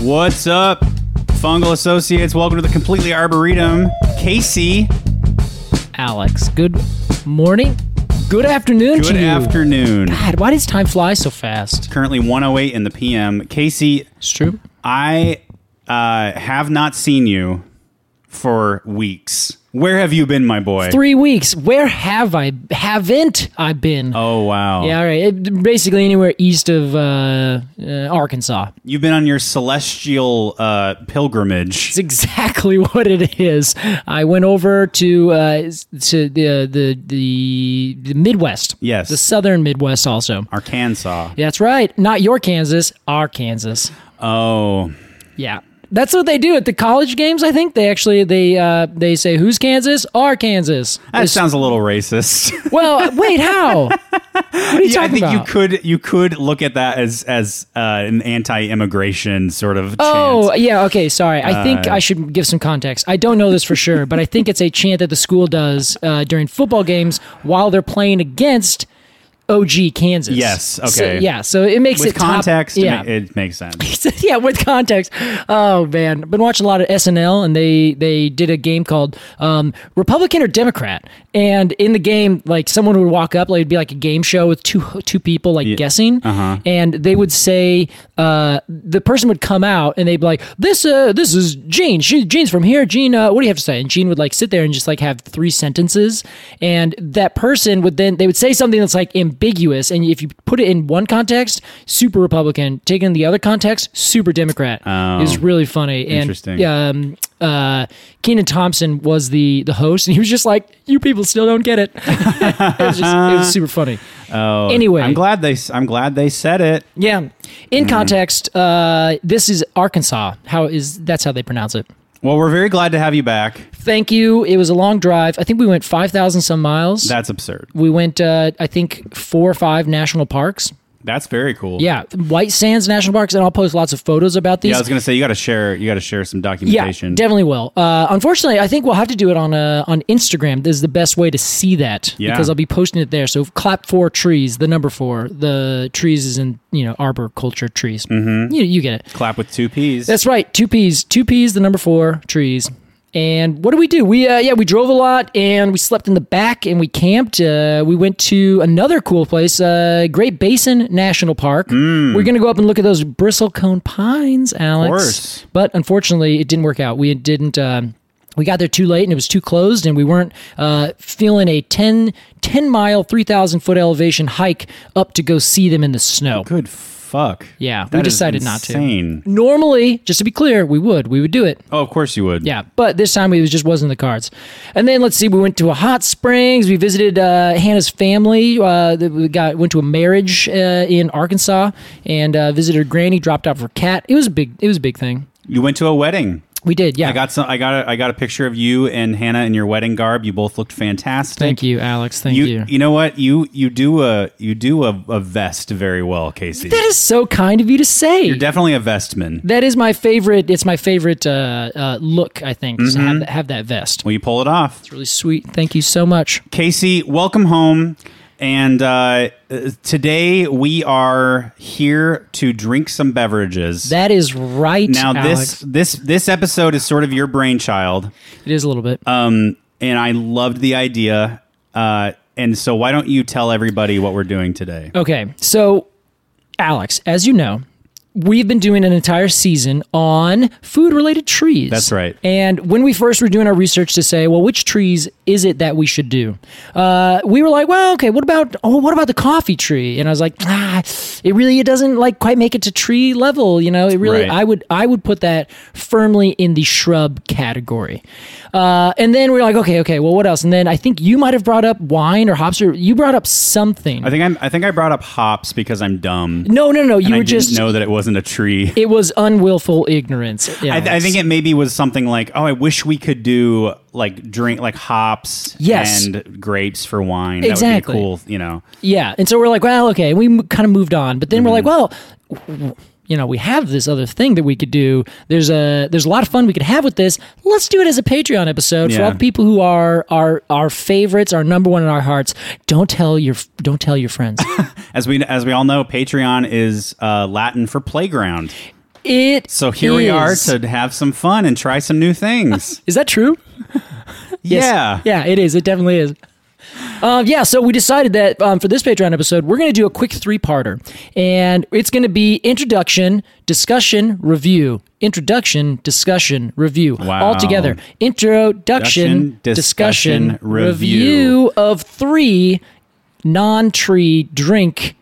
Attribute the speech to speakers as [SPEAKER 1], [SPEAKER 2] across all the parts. [SPEAKER 1] What's up, Fungal Associates? Welcome to the Completely Arboretum. Casey,
[SPEAKER 2] Alex. Good morning. Good afternoon
[SPEAKER 1] good
[SPEAKER 2] to you.
[SPEAKER 1] afternoon.
[SPEAKER 2] God, why does time fly so fast?
[SPEAKER 1] Currently 108 in the PM. Casey,
[SPEAKER 2] It's true.
[SPEAKER 1] I uh, have not seen you for weeks. Where have you been, my boy?
[SPEAKER 2] Three weeks. Where have I haven't I been?
[SPEAKER 1] Oh, wow.
[SPEAKER 2] Yeah, all right. It, basically anywhere east of uh, uh, Arkansas.
[SPEAKER 1] You've been on your celestial uh, pilgrimage.
[SPEAKER 2] It's exactly what it is. I went over to uh, s- to the, uh, the the the Midwest.
[SPEAKER 1] Yes.
[SPEAKER 2] the southern Midwest also.
[SPEAKER 1] Arkansas.
[SPEAKER 2] That's right. Not your Kansas, our Kansas.
[SPEAKER 1] Oh,
[SPEAKER 2] Yeah. That's what they do at the college games. I think they actually they uh, they say who's Kansas? Our Kansas.
[SPEAKER 1] that
[SPEAKER 2] It's-
[SPEAKER 1] sounds a little racist.
[SPEAKER 2] well, uh, wait, how? What are
[SPEAKER 1] Yeah, I
[SPEAKER 2] you talking
[SPEAKER 1] think
[SPEAKER 2] about?
[SPEAKER 1] you could you could look at that as as uh, an anti-immigration sort of.
[SPEAKER 2] Oh,
[SPEAKER 1] chant.
[SPEAKER 2] yeah. Okay, sorry. I think
[SPEAKER 1] Uh,
[SPEAKER 2] I should give some context. I don't know this for sure, but I think it's a chant that the school does uh, during football games while they're playing against OG Kansas.
[SPEAKER 1] Yes,
[SPEAKER 2] So-
[SPEAKER 1] okay.
[SPEAKER 2] yeah. So it makes
[SPEAKER 1] with
[SPEAKER 2] it top-
[SPEAKER 1] context, it
[SPEAKER 2] yeah.
[SPEAKER 1] ma- it makes sense.
[SPEAKER 2] So, yeah, with context. Oh man, been watching a lot of SNL, and they they did a game called um, Republican or Democrat. And in the game, like someone would walk up, like it'd be like a game show with two two people like guessing, and they would say uh, the person would come out, and they'd be like, "This uh, this is Gene. She, Gene's from here. Gene, uh, what do you have to say?" And Gene would like sit there and just like have three sentences, and that person would then they would say something that's like ambiguous, and if you put it in one context, super Republican, taken in the other context, super Democrat. It was really funny. And,
[SPEAKER 1] Oh. Interesting.
[SPEAKER 2] Um, uh, Keenan Thompson was the the host, and he was just like, "You people still don't get it." it was just it was super funny. Oh, anyway,
[SPEAKER 1] I'm glad they s- I'm glad they said it.
[SPEAKER 2] yeah.
[SPEAKER 1] Mm-hmm.
[SPEAKER 2] In context, uh, this is Arkansas. How is that's how they pronounce it.
[SPEAKER 1] Well, we're very glad to have you back.
[SPEAKER 2] Thank you. It was a long drive. I think we went five thousand some miles.
[SPEAKER 1] That's absurd.
[SPEAKER 2] we went, uh, I think, four or five national parks.
[SPEAKER 1] That's very cool.
[SPEAKER 2] Yeah, White Sands National Parks, and I'll post lots of photos about these.
[SPEAKER 1] Yeah, I was gonna say you got to share you got to share some
[SPEAKER 2] Yeah,
[SPEAKER 1] documentation.
[SPEAKER 2] definitely will. Uh, unfortunately, I think we'll have to do it on uh, on Instagram. This is the best way to see that
[SPEAKER 1] Yeah.
[SPEAKER 2] because I'll be posting it there. So clap four trees, the number four, the trees is in you know arbor culture trees. Mm-hmm. You you get it.
[SPEAKER 1] Clap with two P's.
[SPEAKER 2] That's right. Two peas, two peas, the number four trees. And what do we do? We uh, yeah, we drove a lot and we slept in the back and we camped. Uh, we went to another cool place, uh, Great Basin National Park.
[SPEAKER 1] Hmm.
[SPEAKER 2] We're gonna go up and look at those bristlecone pines, Alex.
[SPEAKER 1] course.
[SPEAKER 2] But unfortunately, it didn't work out. We didn't. Um, we got there too late and it was too closed, and we weren't uh, feeling a 10, 10 mile, 3,000 foot elevation hike up to go see them in the snow.
[SPEAKER 1] Good fuck.
[SPEAKER 2] Yeah, we
[SPEAKER 1] That is
[SPEAKER 2] decided not to.
[SPEAKER 1] insane.
[SPEAKER 2] Normally, just to be clear, we would. We would do it.
[SPEAKER 1] Oh, of course you would.
[SPEAKER 2] Yeah, but this time it was just wasn't in the cards. And then let's see, we went to a hot springs. We visited uh, Hannah's family. Uh, th- we got went to a marriage uh, in Arkansas and uh, visited her granny. Dropped off her cat. It was a big. It was a big thing.
[SPEAKER 1] You went to a wedding.
[SPEAKER 2] We did. Yeah.
[SPEAKER 1] I got some. I got. A, I got a picture of you and Hannah in your wedding garb. You both looked fantastic.
[SPEAKER 2] Thank you, Alex. Thank
[SPEAKER 1] you,
[SPEAKER 2] you.
[SPEAKER 1] you know what you you do a you do a, a vest very well casey
[SPEAKER 2] that is so kind of you to say.
[SPEAKER 1] you're definitely a vestman
[SPEAKER 2] that is my favorite. It's my favorite uh, uh, look. I think is to
[SPEAKER 1] Mm-hmm.
[SPEAKER 2] have, that- have that vest.
[SPEAKER 1] well you pull it off
[SPEAKER 2] Really sweet. Thank you so much.
[SPEAKER 1] casey welcome home and uh, uh, today we are here to drink some beverages
[SPEAKER 2] That is right.
[SPEAKER 1] now
[SPEAKER 2] Alex.
[SPEAKER 1] this this this episode is sort of your brainchild
[SPEAKER 2] it is a little bit.
[SPEAKER 1] um, and i loved the idea uh, And so, why don't you tell everybody what we're doing today?
[SPEAKER 2] Okay. So, Alex, as you know, we've been doing an entire season on food related trees.
[SPEAKER 1] That's right.
[SPEAKER 2] And when we first were doing our research to say, well, which trees is it that we should do? Uh, we were like, well, okay, what about oh, what about the coffee tree? And I was like, ah, it really it doesn't like quite make it to tree level, you know. It really
[SPEAKER 1] Right.
[SPEAKER 2] I would I would put that firmly in the shrub category. Uh, and then we are like, okay, okay, well, what else? And then I think you might have brought up wine or hops or you brought up something.
[SPEAKER 1] I think I'm, I think I brought up hops because I'm dumb.
[SPEAKER 2] no, no, no. You
[SPEAKER 1] and
[SPEAKER 2] were
[SPEAKER 1] I
[SPEAKER 2] just
[SPEAKER 1] didn't know that it wasn't a tree.
[SPEAKER 2] It was unwillful ignorance.
[SPEAKER 1] I, th- I
[SPEAKER 2] Alex.
[SPEAKER 1] think it maybe was something like, oh, I wish we could do like drink like hops
[SPEAKER 2] Yes.
[SPEAKER 1] and grapes for wine.
[SPEAKER 2] Exactly.
[SPEAKER 1] That would be cool, you know.
[SPEAKER 2] yeah. And so we're like, well, okay. And we m- kind of moved on, but then we're like, well,
[SPEAKER 1] Mm-hmm.
[SPEAKER 2] w- you know, we have this other thing that we could do. There's a there's a lot of fun we could have with this. Let's do it as a Patreon episode for
[SPEAKER 1] Yeah.
[SPEAKER 2] all the people who are our our favorites, our number one in our hearts. Don't tell your f- don't tell your friends.
[SPEAKER 1] As we as we all know, Patreon is uh, Latin for playground.
[SPEAKER 2] It
[SPEAKER 1] So here we are
[SPEAKER 2] is-
[SPEAKER 1] to have some fun and try some new things.
[SPEAKER 2] Is that true? Yes.
[SPEAKER 1] Yeah.
[SPEAKER 2] Yeah, it is. It definitely is. Um, yeah, so we decided that um, for this Patreon episode, we're going to do a quick three parter. And it's going to be introduction, discussion, review. Introduction, discussion, review.
[SPEAKER 1] Wow.
[SPEAKER 2] All together. Introduction,
[SPEAKER 1] Discussion,
[SPEAKER 2] discussion,
[SPEAKER 1] discussion, review.
[SPEAKER 2] review of three non tree drink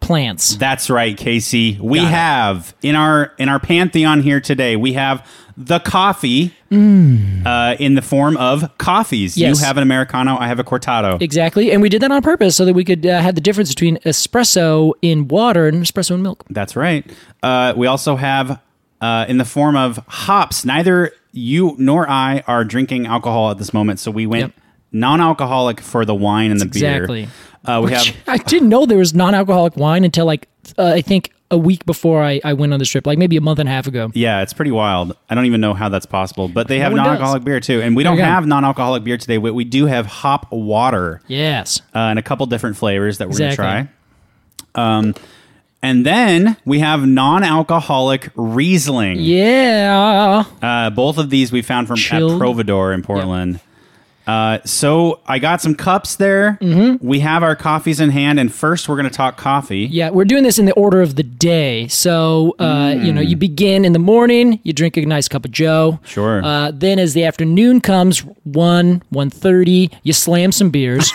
[SPEAKER 2] plants.
[SPEAKER 1] That's right, Casey. We
[SPEAKER 2] Got it.
[SPEAKER 1] have in our in our pantheon here today. We have the coffee uh, in the form of coffees.
[SPEAKER 2] Mm. Yes.
[SPEAKER 1] You have an americano. I have a cortado.
[SPEAKER 2] Exactly. And we did that on purpose so that we could uh, have the difference between espresso in water and espresso in milk.
[SPEAKER 1] That's right. Uh, we also have uh, in the form of hops. Neither you nor I are drinking alcohol at this moment, so we went
[SPEAKER 2] Yep.
[SPEAKER 1] non-alcoholic for the wine and the
[SPEAKER 2] Exactly.
[SPEAKER 1] beer. Uh, we have
[SPEAKER 2] I didn't know there was non-alcoholic wine until like uh, I think a week before I, I went on this trip, like maybe a month and a half ago.
[SPEAKER 1] Yeah, it's pretty wild. I don't even know how that's possible, but they have
[SPEAKER 2] one does.
[SPEAKER 1] non-alcoholic beer too, and we don't
[SPEAKER 2] you go.
[SPEAKER 1] have non-alcoholic beer today. But we do have hop water
[SPEAKER 2] Yes,
[SPEAKER 1] uh, and a couple different flavors that we're
[SPEAKER 2] Exactly.
[SPEAKER 1] gonna try. Um, and then we have non-alcoholic Riesling.
[SPEAKER 2] yeah,
[SPEAKER 1] Uh, both of these we found from
[SPEAKER 2] Chilled.
[SPEAKER 1] at Providor in Portland. Uh, so I got some cups there. We have our coffees in hand, and first we're gonna talk coffee.
[SPEAKER 2] Mm-hmm. yeah. We're doing this in the order of the day, so uh, you
[SPEAKER 1] Hmm.
[SPEAKER 2] know you begin in the morning, you drink a nice cup of Joe.
[SPEAKER 1] Sure.
[SPEAKER 2] Uh, then as the afternoon comes, one one thirty, you slam some beers.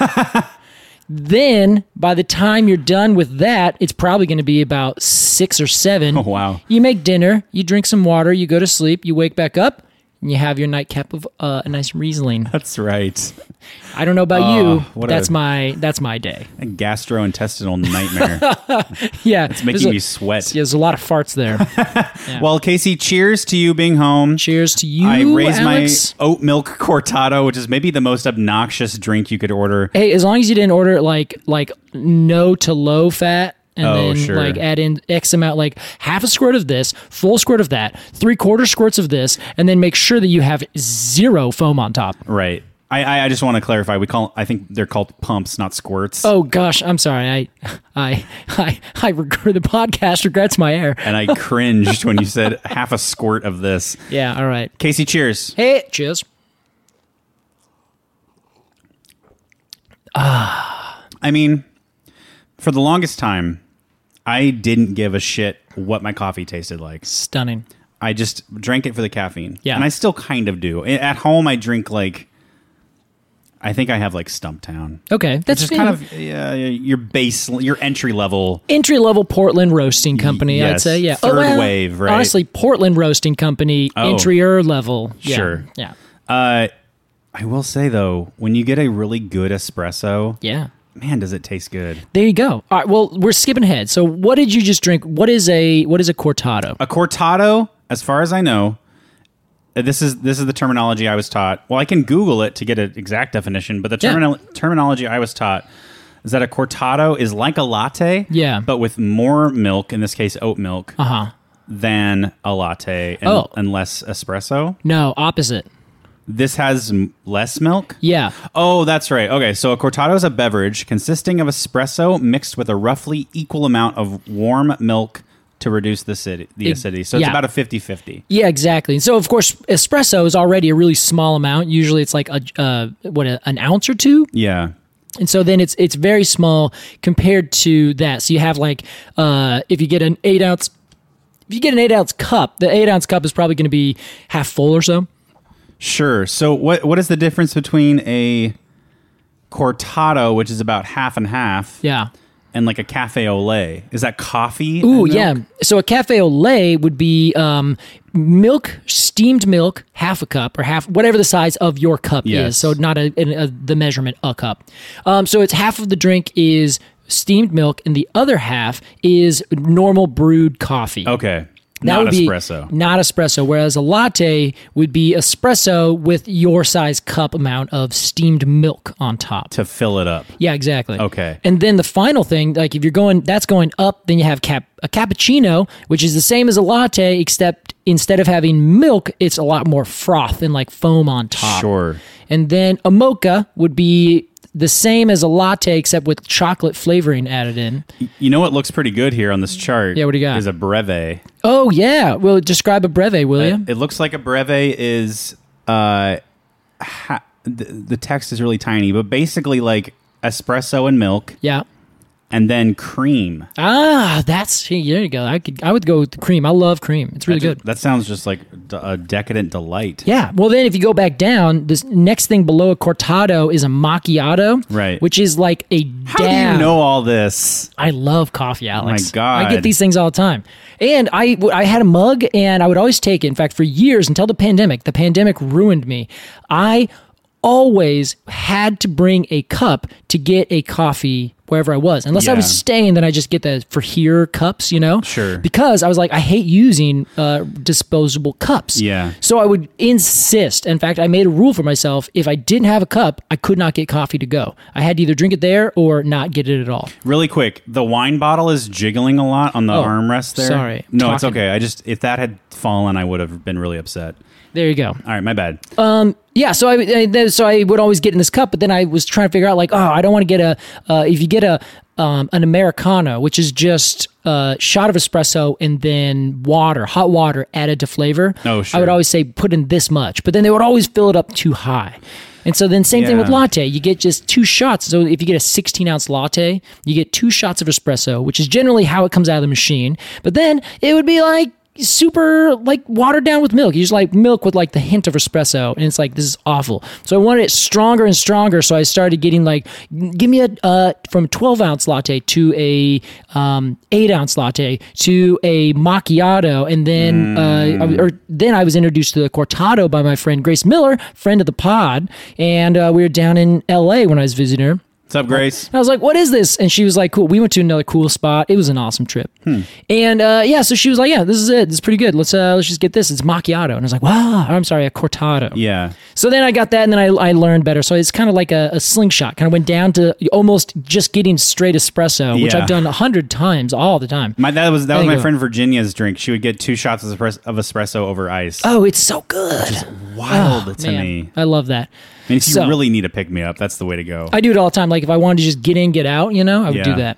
[SPEAKER 2] Then by the time you're done with that, it's probably going to be about six or seven.
[SPEAKER 1] Oh, wow.
[SPEAKER 2] You make dinner, you drink some water, you go to sleep, you wake back up, and you have your nightcap of uh, a nice Riesling.
[SPEAKER 1] That's right.
[SPEAKER 2] I don't know about you, but
[SPEAKER 1] Ah, what a-
[SPEAKER 2] that's my that's my day.
[SPEAKER 1] A gastrointestinal nightmare.
[SPEAKER 2] Yeah, it's
[SPEAKER 1] making me sweat.
[SPEAKER 2] Yeah, there's a lot of farts there.
[SPEAKER 1] Well, Casey, cheers to you being home.
[SPEAKER 2] Cheers to you,
[SPEAKER 1] I raised
[SPEAKER 2] Alex.
[SPEAKER 1] my oat milk cortado, which is maybe the most obnoxious drink you could order.
[SPEAKER 2] Hey, as long as you didn't order like like no to low fat. And
[SPEAKER 1] Oh,
[SPEAKER 2] then
[SPEAKER 1] sure.
[SPEAKER 2] like add in X amount, like half a squirt of this, full squirt of that, three quarter squirts of this, and then make sure that you have zero foam on top.
[SPEAKER 1] Right. I, I, I just want to clarify. We call. I think they're called pumps, not squirts.
[SPEAKER 2] Oh gosh, I'm sorry. I, I, I, I regret the podcast regrets my air.
[SPEAKER 1] And I cringed when you said half a squirt of this.
[SPEAKER 2] Yeah. All right.
[SPEAKER 1] Casey, cheers.
[SPEAKER 2] Hey, cheers.
[SPEAKER 1] I mean, for the longest time, I didn't give a shit what my coffee tasted like.
[SPEAKER 2] Stunning.
[SPEAKER 1] I just drank it for the caffeine.
[SPEAKER 2] Yeah.
[SPEAKER 1] And I still kind of do. I- At home, I drink like. I think I have like Stumptown.
[SPEAKER 2] Okay, that's
[SPEAKER 1] Just kind of uh, your base, your entry level
[SPEAKER 2] entry level Portland Roasting Company. I'd
[SPEAKER 1] yes,
[SPEAKER 2] say yeah. Oh,
[SPEAKER 1] third wave, right.
[SPEAKER 2] Honestly, Portland Roasting Company
[SPEAKER 1] Oh.
[SPEAKER 2] entrier level. Yeah,
[SPEAKER 1] Sure.
[SPEAKER 2] Yeah.
[SPEAKER 1] Uh, I will say though, when you get a really good espresso,
[SPEAKER 2] Yeah.
[SPEAKER 1] man, does it taste good?
[SPEAKER 2] There you go. All right. Well, we're skipping ahead. So, what did you just drink? What is a what is a cortado?
[SPEAKER 1] A cortado, as far as I know, uh, this is this is the terminology I was taught. Well, I can Google it to get an exact definition, but the
[SPEAKER 2] Yeah.
[SPEAKER 1] termino- terminology I was taught is that a cortado is like a latte,
[SPEAKER 2] Yeah.
[SPEAKER 1] but with more milk, in this case oat milk,
[SPEAKER 2] Uh huh.
[SPEAKER 1] than a latte, and,
[SPEAKER 2] Oh.
[SPEAKER 1] and less espresso.
[SPEAKER 2] No, opposite.
[SPEAKER 1] This has m- less milk.
[SPEAKER 2] Yeah.
[SPEAKER 1] Oh, that's right. Okay, so a cortado is a beverage consisting of espresso mixed with a roughly equal amount of warm milk to reduce the, acid- the
[SPEAKER 2] It-
[SPEAKER 1] acidity. So it's
[SPEAKER 2] yeah.
[SPEAKER 1] about a 50 50.
[SPEAKER 2] Yeah, exactly. And so, of course, espresso is already a really small amount. Usually, it's like a uh, what a, an ounce or two.
[SPEAKER 1] Yeah.
[SPEAKER 2] And so then it's it's very small compared to that. So you have like uh, if you get an eight ounce if you get an eight ounce cup, the eight ounce cup is probably going to be half full or so.
[SPEAKER 1] Sure. So what what is the difference between a cortado, which is about half and half,
[SPEAKER 2] Yeah.
[SPEAKER 1] and like a cafe au lait? Is that coffee?
[SPEAKER 2] Ooh,
[SPEAKER 1] and
[SPEAKER 2] yeah.
[SPEAKER 1] milk?
[SPEAKER 2] So a cafe au lait would be um, milk, steamed milk, half a cup or half, whatever the size of your cup
[SPEAKER 1] Yes.
[SPEAKER 2] is. So not a, an- a- the measurement, a cup. Um, so it's half of the drink is steamed milk, and the other half is normal brewed coffee.
[SPEAKER 1] Okay.
[SPEAKER 2] That
[SPEAKER 1] Not
[SPEAKER 2] would be
[SPEAKER 1] espresso.
[SPEAKER 2] Not espresso. Whereas a latte would be espresso with your size cup amount of steamed milk on top.
[SPEAKER 1] to fill it up.
[SPEAKER 2] Yeah, exactly.
[SPEAKER 1] Okay.
[SPEAKER 2] And then the final thing, like if you're going, that's going up, then you have cap, a cappuccino, which is the same as a latte, except instead of having milk, it's a lot more froth and like foam on top.
[SPEAKER 1] Sure.
[SPEAKER 2] And then a mocha would be the same as a latte, except with chocolate flavoring added in.
[SPEAKER 1] You know what looks pretty good here on this chart?
[SPEAKER 2] Yeah, what do you got?
[SPEAKER 1] Is a breve.
[SPEAKER 2] Oh, yeah. Well, describe a breve, will you?
[SPEAKER 1] It looks like a breve is uh, ha- the, the text is really tiny, but basically like espresso and milk,
[SPEAKER 2] yeah.
[SPEAKER 1] and then cream.
[SPEAKER 2] Ah, that's there you go. I could, I would go with the cream. I love cream. It's really
[SPEAKER 1] That ju-
[SPEAKER 2] good.
[SPEAKER 1] That sounds just like d- a decadent delight.
[SPEAKER 2] Yeah. Well, then if you go back down, this next thing below a cortado is a macchiato,
[SPEAKER 1] Right.
[SPEAKER 2] Which is like a
[SPEAKER 1] How
[SPEAKER 2] dab.
[SPEAKER 1] do you know all this?
[SPEAKER 2] I love coffee, Alex.
[SPEAKER 1] Oh my God.
[SPEAKER 2] I get these things all the time. And I, w- I had a mug and I would always take it. In fact, for years until the pandemic, the pandemic ruined me. I always had to bring a cup to get a coffee wherever I was. Unless I was
[SPEAKER 1] Yeah.
[SPEAKER 2] staying, then I just get the for here cups, you know?
[SPEAKER 1] Sure.
[SPEAKER 2] Because I was like, I hate using uh, disposable cups.
[SPEAKER 1] Yeah.
[SPEAKER 2] So I would insist. In fact, I made a rule for myself if I didn't have a cup, I could not get coffee to go. I had to either drink it there or not get it at all.
[SPEAKER 1] Really quick, the wine bottle is jiggling a lot on the
[SPEAKER 2] Oh,
[SPEAKER 1] armrest there.
[SPEAKER 2] sorry.
[SPEAKER 1] No, it's
[SPEAKER 2] Talking.
[SPEAKER 1] okay. I just if that had fallen, I would have been really upset.
[SPEAKER 2] There you go.
[SPEAKER 1] All right, my bad.
[SPEAKER 2] Uh, Yeah, so I, I then- so I would always get in this cup, but then I was trying to figure out like, oh, I don't want to get a uh, if you get a um, an americano, which is just a shot of espresso and then water, hot water added to flavor.
[SPEAKER 1] Oh,
[SPEAKER 2] I would
[SPEAKER 1] sure.
[SPEAKER 2] always say put in this much, but then they would always fill it up too high. And so then same thing with
[SPEAKER 1] Yeah.
[SPEAKER 2] latte, you get just two shots. So if you get a 16 ounce latte, you get two shots of espresso, which is generally how it comes out of the machine. But then it would be like super like watered down with milk. You just like milk with like the hint of espresso, and it's like this is awful. So I wanted it stronger and stronger. So I started getting like, give me a uh, from 12 ounce latte to a um, eight ounce latte to a macchiato, and then uh, I- or then I was introduced to the cortado by my friend Grace Miller, friend of the pod, and uh, we were down in L.A. when I was visiting her.
[SPEAKER 1] What's up, Grace?
[SPEAKER 2] And I was like, "What is this?" And she was like, "Cool." We went to another cool spot. It was an awesome trip. And uh, yeah, so she was like, "Yeah, this is it. This is pretty good. Let's uh, let's just get this. It's macchiato." And I was like, "Wow." I'm sorry, a cortado.
[SPEAKER 1] Yeah.
[SPEAKER 2] So then I got that, and then I, I learned better. So it's kind of like a, a slingshot. Kind of went down to almost just getting straight espresso, which
[SPEAKER 1] Yeah.
[SPEAKER 2] I've done a hundred times all the time.
[SPEAKER 1] My that was that was
[SPEAKER 2] There you
[SPEAKER 1] my
[SPEAKER 2] go.
[SPEAKER 1] friend Virginia's drink. She would get two shots of espresso, of espresso over ice.
[SPEAKER 2] oh, it's so good.
[SPEAKER 1] Wild to
[SPEAKER 2] Man,
[SPEAKER 1] me.
[SPEAKER 2] I love that.
[SPEAKER 1] And if you
[SPEAKER 2] so-
[SPEAKER 1] really need a pick me up, that's the way to go.
[SPEAKER 2] I do it all the time. Like if I wanted to just get in, get out, you know, I would do
[SPEAKER 1] Yeah.
[SPEAKER 2] that.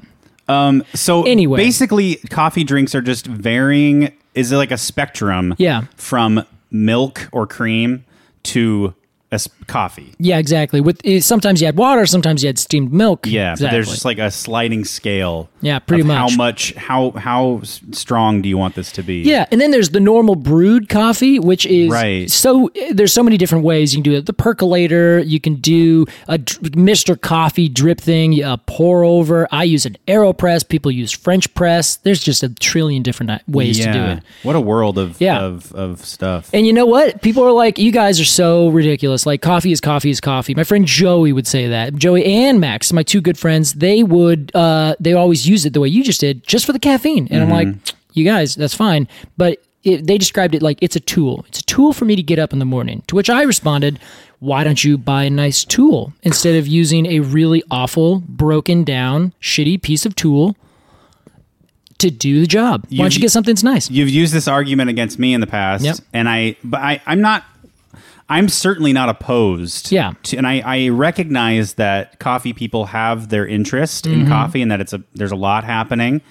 [SPEAKER 1] um. So
[SPEAKER 2] Anyway.
[SPEAKER 1] basically, coffee drinks are just varying. Is it like a spectrum?
[SPEAKER 2] Yeah.
[SPEAKER 1] From milk or cream to es- coffee.
[SPEAKER 2] Yeah, exactly. With eh, sometimes you had water, sometimes you had steamed milk.
[SPEAKER 1] Yeah, but
[SPEAKER 2] exactly.
[SPEAKER 1] there's just like a sliding scale.
[SPEAKER 2] Yeah, pretty
[SPEAKER 1] of
[SPEAKER 2] much.
[SPEAKER 1] How much? How how s- strong do you want this to be?
[SPEAKER 2] Yeah, and then there's the normal brewed coffee, which is
[SPEAKER 1] Right.
[SPEAKER 2] so there's so many different ways you can do it. The percolator, you can do a dr- Mr. Coffee drip thing, a pour over. I use an AeroPress. People use French press. There's just a trillion different i- ways
[SPEAKER 1] yeah.
[SPEAKER 2] to do it.
[SPEAKER 1] What a world of
[SPEAKER 2] Yeah.
[SPEAKER 1] of, of stuff.
[SPEAKER 2] And you know what? People are like, you guys are so ridiculous. Like, coffee is coffee is coffee. My friend Joey would say that. Joey and Max, my two good friends, they would, uh, they always use it the way you just did, just for the caffeine. And I'm like, you guys, that's fine. But it, they described it like it's a tool. It's a tool for me to get up in the morning. To which I responded, why don't you buy a nice tool instead of using a really awful, broken down, shitty piece of tool to do the job? Why don't you
[SPEAKER 1] You've-
[SPEAKER 2] get something that's nice?
[SPEAKER 1] You've used this argument against me in the past,
[SPEAKER 2] Yep.
[SPEAKER 1] and I, but I, I'm not. I'm certainly not opposed.
[SPEAKER 2] Yeah.
[SPEAKER 1] To, and I, I recognize that coffee people have their interest
[SPEAKER 2] Mm-hmm.
[SPEAKER 1] in coffee, and that it's a there's a lot happening.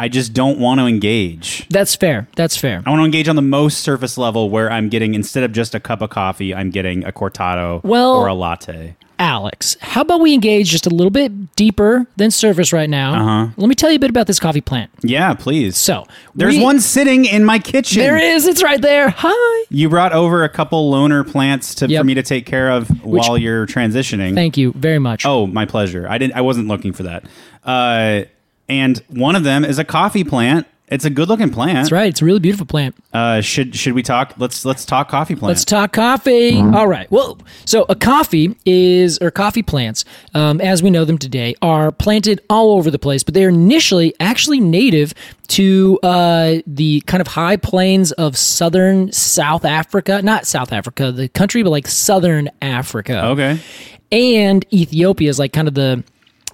[SPEAKER 1] I just don't want to engage.
[SPEAKER 2] That's fair. That's fair.
[SPEAKER 1] I want to engage on the most surface level, where I'm getting instead of just a cup of coffee, I'm getting a cortado
[SPEAKER 2] Well-
[SPEAKER 1] or a latte.
[SPEAKER 2] Alex, how about we engage just a little bit deeper than surface right now? Uh-huh. Let me tell you a bit about this coffee plant.
[SPEAKER 1] Yeah, please.
[SPEAKER 2] So
[SPEAKER 1] there's
[SPEAKER 2] we-
[SPEAKER 1] one sitting in my kitchen.
[SPEAKER 2] There is. It's right there. Hi.
[SPEAKER 1] You brought over a couple loner plants to
[SPEAKER 2] Yep.
[SPEAKER 1] for me to take care of while you're transitioning.
[SPEAKER 2] Thank you very much.
[SPEAKER 1] Oh, my pleasure. I didn't. I wasn't looking for that. Uh, and one of them is a coffee plant. It's a good-looking plant.
[SPEAKER 2] That's right. It's a really beautiful plant.
[SPEAKER 1] Uh, should should we talk? Let's let's talk coffee plant.
[SPEAKER 2] Let's talk coffee.
[SPEAKER 1] Mm-hmm.
[SPEAKER 2] All right. Well, so a coffee is, or coffee plants, um, as we know them today, are planted all over the place, but they're initially actually native to uh, the kind of high plains of southern South Africa. Not South Africa, the country, but like southern Africa.
[SPEAKER 1] okay.
[SPEAKER 2] and Ethiopia is like kind of the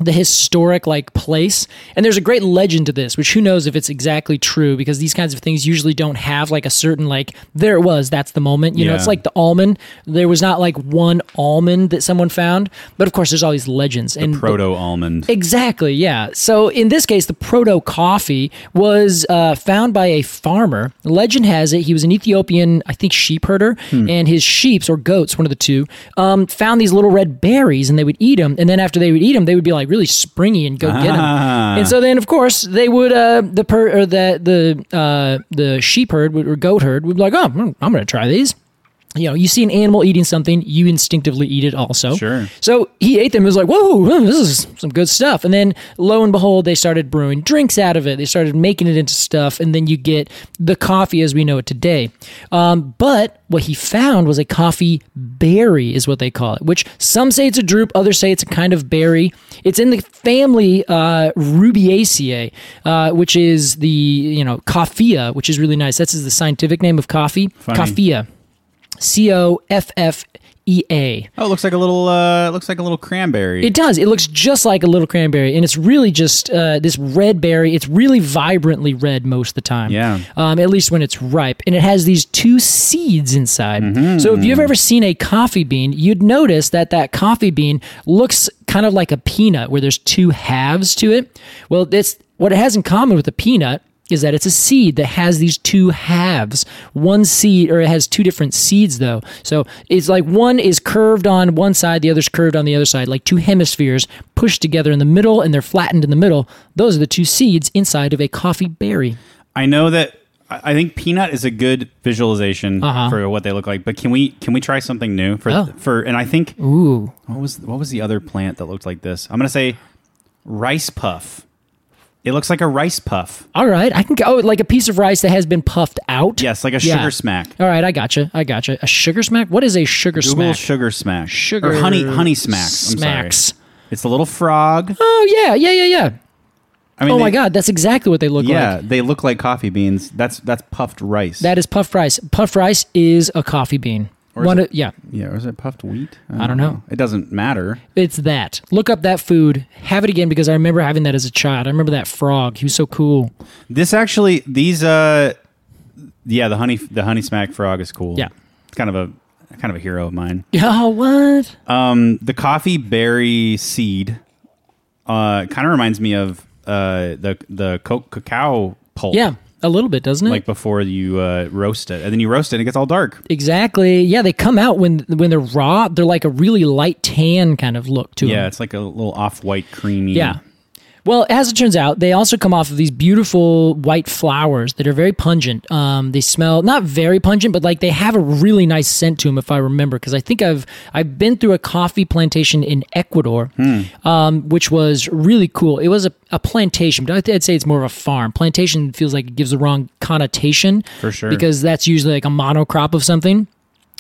[SPEAKER 2] the historic like place and there's a great legend to this which who knows if it's exactly true because these kinds of things usually don't have like a certain like there it was that's the moment you know it's
[SPEAKER 1] Yeah.
[SPEAKER 2] like the almond there was not like one almond that someone found but of course there's all these legends and
[SPEAKER 1] Proto almond.
[SPEAKER 2] Exactly, yeah. So in this case, the proto coffee was uh, found by a farmer. Legend has it he was an Ethiopian, I think, sheep herder, and his sheeps or goats, one of the two, um, found these little red berries and they would eat them. And then after they would eat them, they would be like really springy and go get 'em. get them. And so then, of course, they would uh, the per or the the uh, the sheep herd would, or goat herd would be like, oh, hmm, I'm going to try these. You know, you see an animal eating something, you instinctively eat it also.
[SPEAKER 1] Sure.
[SPEAKER 2] So he ate them. It was like, whoa, hmm, this is some good stuff. And then lo and behold, they started brewing drinks out of it. They started making it into stuff. And then you get the coffee as we know it today. Um, but what he found was a coffee berry, is what they call it, which some say it's a drupe, others say it's a kind of berry. It's in the family uh, Rubiaceae, uh, which is the, you know, coffea, which is really nice. That's the scientific name of coffee. Coffea. C O F F E A.
[SPEAKER 1] Oh, it looks like a little. Uh, it looks like a little cranberry.
[SPEAKER 2] It does. It looks just like a little cranberry, and it's really just uh, this red berry. It's really vibrantly red most of the time.
[SPEAKER 1] Yeah.
[SPEAKER 2] Um, at least when it's ripe, and it has these two seeds inside. So if you've ever seen a coffee bean, you'd notice that that coffee bean looks kind of like a peanut, where there's two halves to it. Well, it's what it has in common with a peanut. Is that it's a seed that has these two halves. One seed, or it has two different seeds though. So it's like one is curved on one side, the other's curved on the other side, like two hemispheres pushed together in the middle and they're flattened in the middle. Those are the two seeds inside of a coffee berry.
[SPEAKER 1] I know that. I I think peanut is a good visualization for what they look like. But can we can we try something new for
[SPEAKER 2] Uh-huh. Oh.
[SPEAKER 1] for? And I think
[SPEAKER 2] Ooh.
[SPEAKER 1] what was what was the other plant that looked like this? I'm gonna say rice puff. It looks like a rice puff.
[SPEAKER 2] All right, I can go oh, like a piece of rice that has been puffed out.
[SPEAKER 1] Yes, like a
[SPEAKER 2] Yeah.
[SPEAKER 1] sugar smack.
[SPEAKER 2] All right, I gotcha. I gotcha. A sugar smack? What is a sugar
[SPEAKER 1] Google
[SPEAKER 2] smack?
[SPEAKER 1] sugar smack.
[SPEAKER 2] Sugar
[SPEAKER 1] or honey honey smacks. I'm
[SPEAKER 2] smacks.
[SPEAKER 1] sorry. It's a little frog.
[SPEAKER 2] Oh yeah, yeah, yeah, yeah.
[SPEAKER 1] I mean,
[SPEAKER 2] oh
[SPEAKER 1] they-
[SPEAKER 2] my god, that's exactly what they look
[SPEAKER 1] Yeah,
[SPEAKER 2] like.
[SPEAKER 1] they look like coffee beans. That's that's puffed rice.
[SPEAKER 2] That is puffed rice. Puffed rice is a coffee bean.
[SPEAKER 1] is
[SPEAKER 2] One
[SPEAKER 1] it-
[SPEAKER 2] of- yeah,
[SPEAKER 1] yeah, or is it puffed wheat?
[SPEAKER 2] I don't know.
[SPEAKER 1] It doesn't matter.
[SPEAKER 2] It's that. Look up that food. Have it again because I remember having that as a child. I remember that frog. He was so cool.
[SPEAKER 1] This actually, these uh, yeah, the honey the honey smack frog is cool.
[SPEAKER 2] Yeah.
[SPEAKER 1] it's kind of a kind of a hero of mine.
[SPEAKER 2] Oh, what?
[SPEAKER 1] Um, the coffee berry seed, uh, kind of reminds me of uh the the co- cacao pulp.
[SPEAKER 2] Yeah, a little bit, doesn't it?
[SPEAKER 1] like before you uh, roast it, and then you roast it, and it gets all dark.
[SPEAKER 2] exactly. Yeah, they come out when when they're raw. They're like a really light tan kind of look to
[SPEAKER 1] Yeah,
[SPEAKER 2] them.
[SPEAKER 1] it's like a little off white creamy.
[SPEAKER 2] Yeah. Well, as it turns out, they also come off of these beautiful white flowers that are very pungent. Um, they smell not very pungent, but like they have a really nice scent to them, if I remember, because I think I've I've been through a coffee plantation in Ecuador, um, which was really cool. It was a, a plantation, but I'd- I'd say it's more of a farm. Plantation feels like it gives the wrong connotation
[SPEAKER 1] For sure. Oh,
[SPEAKER 2] because that's usually like a monocrop of something.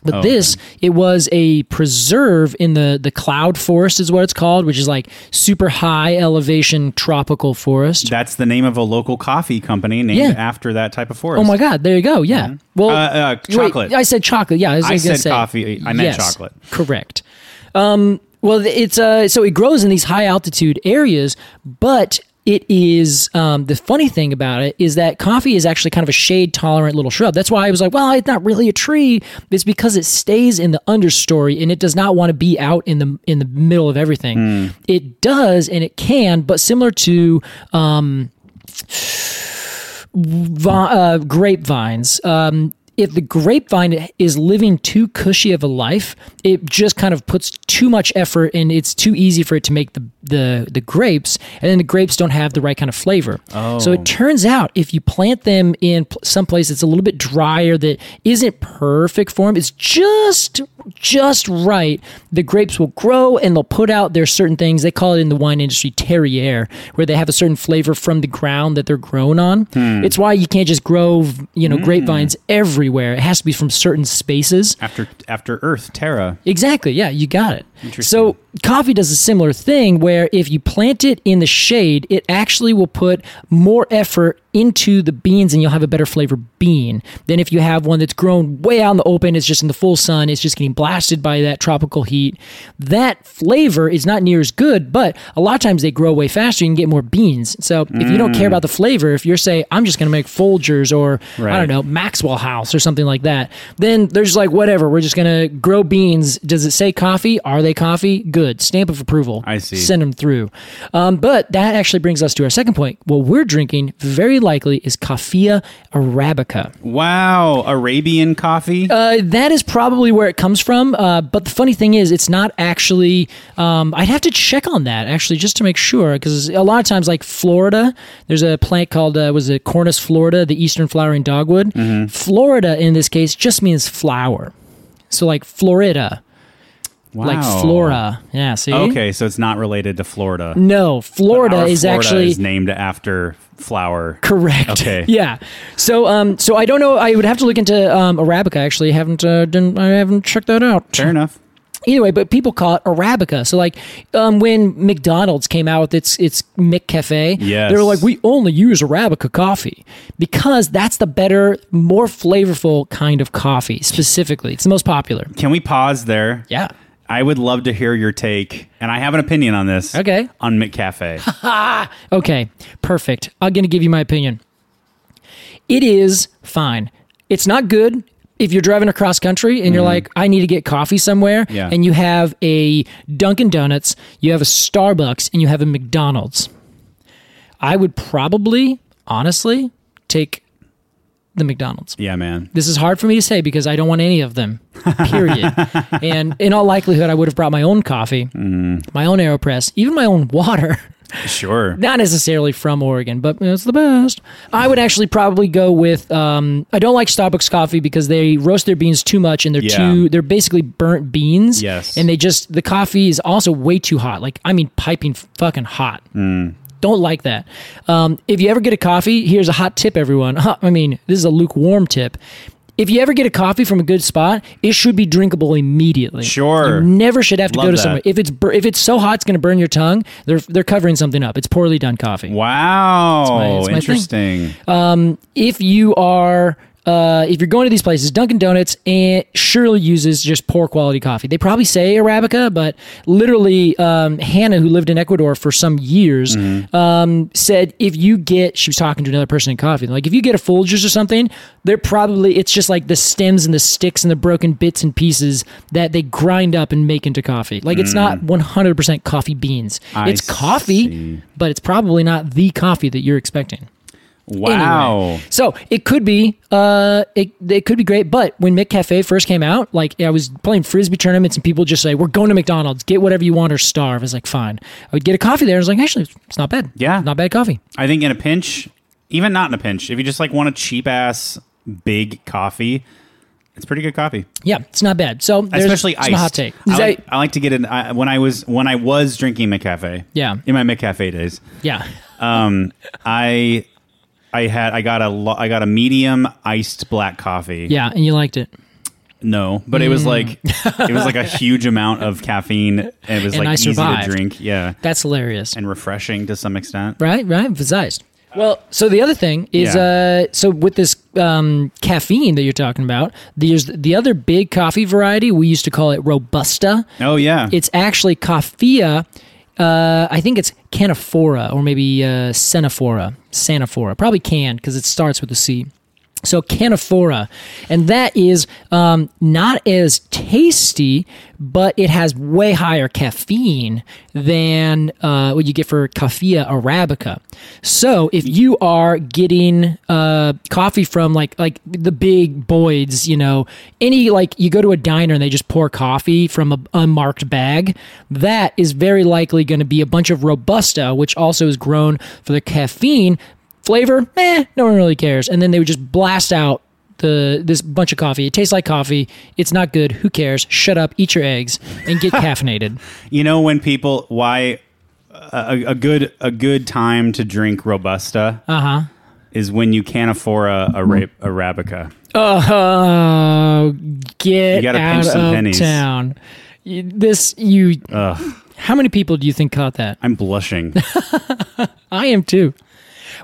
[SPEAKER 2] But this, it was a preserve in the the cloud forest, is what it's called, which is like super high elevation tropical forest.
[SPEAKER 1] That's the name of a local coffee company named
[SPEAKER 2] Yeah.
[SPEAKER 1] after that type of forest.
[SPEAKER 2] oh my God! There you go. Yeah. Well,
[SPEAKER 1] Uh, uh,
[SPEAKER 2] wait,
[SPEAKER 1] chocolate.
[SPEAKER 2] I said chocolate. Yeah, I, was
[SPEAKER 1] I
[SPEAKER 2] gonna
[SPEAKER 1] said
[SPEAKER 2] say.
[SPEAKER 1] coffee. I meant chocolate.
[SPEAKER 2] Correct. Um, well, th- it's uh, so it grows in these high altitude areas, but it is um, the funny thing about it is that coffee is actually kind of a shade tolerant little shrub. That's why I was like, well, it's not really a tree. It's because it stays in the understory and it does not want to be out in the in the middle of everything.
[SPEAKER 1] Hmm.
[SPEAKER 2] It does and it can, but similar to um, vi- uh, grapevines. Um, if the grapevine is living too cushy of a life, it just kind of puts too much effort and it's too easy for it to make the the, the grapes, and then the grapes don't have the right kind of flavor. So it turns out if you plant them in pl- some place that's a little bit drier that isn't perfect for them, it's just just right. The grapes will grow and they'll put out their certain things. They call it in the wine industry terrier, where they have a certain flavor from the ground that they're grown on. It's why you can't just grow, you know, grapevines everywhere. It has to be from certain spaces.
[SPEAKER 1] After after Earth, Terra.
[SPEAKER 2] Exactly. Yeah, you got it. So coffee does a similar thing where if you plant it in the shade, it actually will put more effort into the beans and you'll have a better flavor bean than if you have one that's grown way out in the open, it's just in the full sun, it's just getting blasted by that tropical heat. That flavor is not near as good, but a lot of times they grow way faster, you can get more beans. So if you don't care about the flavor, if you're say, I'm just gonna make Folgers or I
[SPEAKER 1] Right.
[SPEAKER 2] don't know, Maxwell House or something like that, then there's like whatever. We're just gonna grow beans. Does it say coffee? Are they coffee? Good. Stamp of approval.
[SPEAKER 1] I see.
[SPEAKER 2] Send them through. Um, but that actually brings us to our second point. What we're drinking very likely is Coffea arabica.
[SPEAKER 1] Wow, Arabian coffee.
[SPEAKER 2] Uh, that is probably where it comes from. Uh, but the funny thing is, it's not actually. Um, I'd have to check on that actually just to make sure because a lot of times, like Florida, there's a plant called uh, was it Cornus florida, the eastern flowering dogwood.
[SPEAKER 1] Mm-hmm.
[SPEAKER 2] Florida in this case just means flower. So like Florida,
[SPEAKER 1] wow.
[SPEAKER 2] like flora. Yeah. See.
[SPEAKER 1] Okay, so it's not related to Florida.
[SPEAKER 2] No, Florida
[SPEAKER 1] Our
[SPEAKER 2] is
[SPEAKER 1] Florida
[SPEAKER 2] actually
[SPEAKER 1] is named after flower.
[SPEAKER 2] Correct.
[SPEAKER 1] Okay.
[SPEAKER 2] Yeah. So, um, so I don't know. I would have to look into um, Arabica. Actually, haven't uh, didn't I haven't checked that out.
[SPEAKER 1] Fair enough.
[SPEAKER 2] Anyway, but people call it Arabica. So, like, um, when McDonald's came out with its its Mick Cafe,
[SPEAKER 1] Yes.
[SPEAKER 2] they were like, we only use Arabica coffee because that's the better, more flavorful kind of coffee. Specifically, it's the most popular.
[SPEAKER 1] Can we pause there?
[SPEAKER 2] Yeah.
[SPEAKER 1] I would love to hear your take, and I have an opinion on this.
[SPEAKER 2] Okay.
[SPEAKER 1] On McCafe.
[SPEAKER 2] Okay, perfect. I'm going to give you my opinion. It is fine. It's not good if you're driving across country and you're like, I need to get coffee somewhere,
[SPEAKER 1] Yeah.
[SPEAKER 2] and you have a Dunkin' Donuts, you have a Starbucks, and you have a McDonald's. I would probably, honestly, take the McDonald's.
[SPEAKER 1] yeah, man.
[SPEAKER 2] This is hard for me to say because I don't want any of them. Period. and in all likelihood, I would have brought my own coffee, my own Aeropress, even my own water
[SPEAKER 1] Sure.
[SPEAKER 2] not necessarily from Oregon, but it's the best. I would actually probably go with. Um, I don't like Starbucks coffee because they roast their beans too much and they're
[SPEAKER 1] Yeah.
[SPEAKER 2] too. They're basically burnt beans.
[SPEAKER 1] Yes.
[SPEAKER 2] and they just the coffee is also way too hot. Like I mean, piping fucking hot.
[SPEAKER 1] Hmm.
[SPEAKER 2] Don't like that. Um, if you ever get a coffee, here's a hot tip, everyone. I mean, this is a lukewarm tip. If you ever get a coffee from a good spot, it should be drinkable immediately.
[SPEAKER 1] Sure.
[SPEAKER 2] You never should have to
[SPEAKER 1] Love
[SPEAKER 2] go to
[SPEAKER 1] that.
[SPEAKER 2] somewhere. If it's bur- if it's so hot, it's going to burn your tongue. They're they're covering something up. It's poorly done coffee.
[SPEAKER 1] Wow.
[SPEAKER 2] it's my thing. Uh,
[SPEAKER 1] Interesting.
[SPEAKER 2] If you are uh, if you're going to these places, Dunkin' Donuts and surely uses just poor quality coffee. They probably say Arabica, but literally, um, Hannah, who lived in Ecuador for some years,
[SPEAKER 1] Mm-hmm.
[SPEAKER 2] um, said if you get, she was talking to another person in coffee, like if you get a Folgers or something, they're probably it's just like the stems and the sticks and the broken bits and pieces that they grind up and make into coffee. Like it's not 100% coffee beans.
[SPEAKER 1] Mm. I
[SPEAKER 2] it's coffee,
[SPEAKER 1] see.
[SPEAKER 2] but it's probably not the coffee that you're expecting.
[SPEAKER 1] wow.
[SPEAKER 2] Anyway, so it could be, uh, it, it could be great. But when Mick Cafe first came out, like I was playing frisbee tournaments and people just say, "We're going to McDonald's. Get whatever you want or starve." I was like, "Fine." I would get a coffee there. I was like, "Actually, it's not bad.
[SPEAKER 1] Yeah.
[SPEAKER 2] not bad coffee."
[SPEAKER 1] I think in a pinch, even not in a pinch, if you just like want a cheap ass big coffee, it's pretty good coffee.
[SPEAKER 2] Yeah, it's not bad. So there's
[SPEAKER 1] Especially
[SPEAKER 2] it's
[SPEAKER 1] iced.
[SPEAKER 2] my hot take.
[SPEAKER 1] I
[SPEAKER 2] Is
[SPEAKER 1] like,
[SPEAKER 2] that-
[SPEAKER 1] I like to get in I, when I was when I was drinking McCafe.
[SPEAKER 2] Yeah.
[SPEAKER 1] In my McCafe days.
[SPEAKER 2] yeah,
[SPEAKER 1] Um I I had I got a lo- I got a medium iced black coffee.
[SPEAKER 2] yeah, Mm. and you liked it.
[SPEAKER 1] No, but it was like it was like a huge amount of caffeine and it was
[SPEAKER 2] And I
[SPEAKER 1] like easy to
[SPEAKER 2] survived.
[SPEAKER 1] drink. Yeah.
[SPEAKER 2] That's hilarious.
[SPEAKER 1] And refreshing to some extent.
[SPEAKER 2] Right, right, emphasized. Well, so the other thing is,
[SPEAKER 1] Yeah.
[SPEAKER 2] uh, so with this um, caffeine that you're talking about, there's the other big coffee variety. We used to call it Robusta.
[SPEAKER 1] Oh yeah.
[SPEAKER 2] It's actually coffea. Uh, I think it's canaphora or maybe uh, senaphora, sanaphora. Probably can because it starts with a C. So canifora, and that is um, not as tasty, but it has way higher caffeine than uh, what you get for Coffea arabica. So if you are getting uh, coffee from like like the big Boyd's, you know, any like you go to a diner and they just pour coffee from a unmarked bag, that is very likely going to be a bunch of robusta, which also is grown for the caffeine flavor, eh, no one really cares. And then they would just blast out the this bunch of coffee. It tastes like coffee. It's not good. Who cares? Shut up, eat your eggs, and get caffeinated.
[SPEAKER 1] You know when people why a, a- a good a good time to drink robusta
[SPEAKER 2] Uh huh.
[SPEAKER 1] is when you can't afford a, a
[SPEAKER 2] Mm.
[SPEAKER 1] ra- arabica.
[SPEAKER 2] Uh, get
[SPEAKER 1] Uh-huh. You gotta pinch
[SPEAKER 2] out
[SPEAKER 1] some
[SPEAKER 2] of
[SPEAKER 1] pennies.
[SPEAKER 2] town. You- This you. How many people do you think caught that?
[SPEAKER 1] I'm blushing.
[SPEAKER 2] I am too.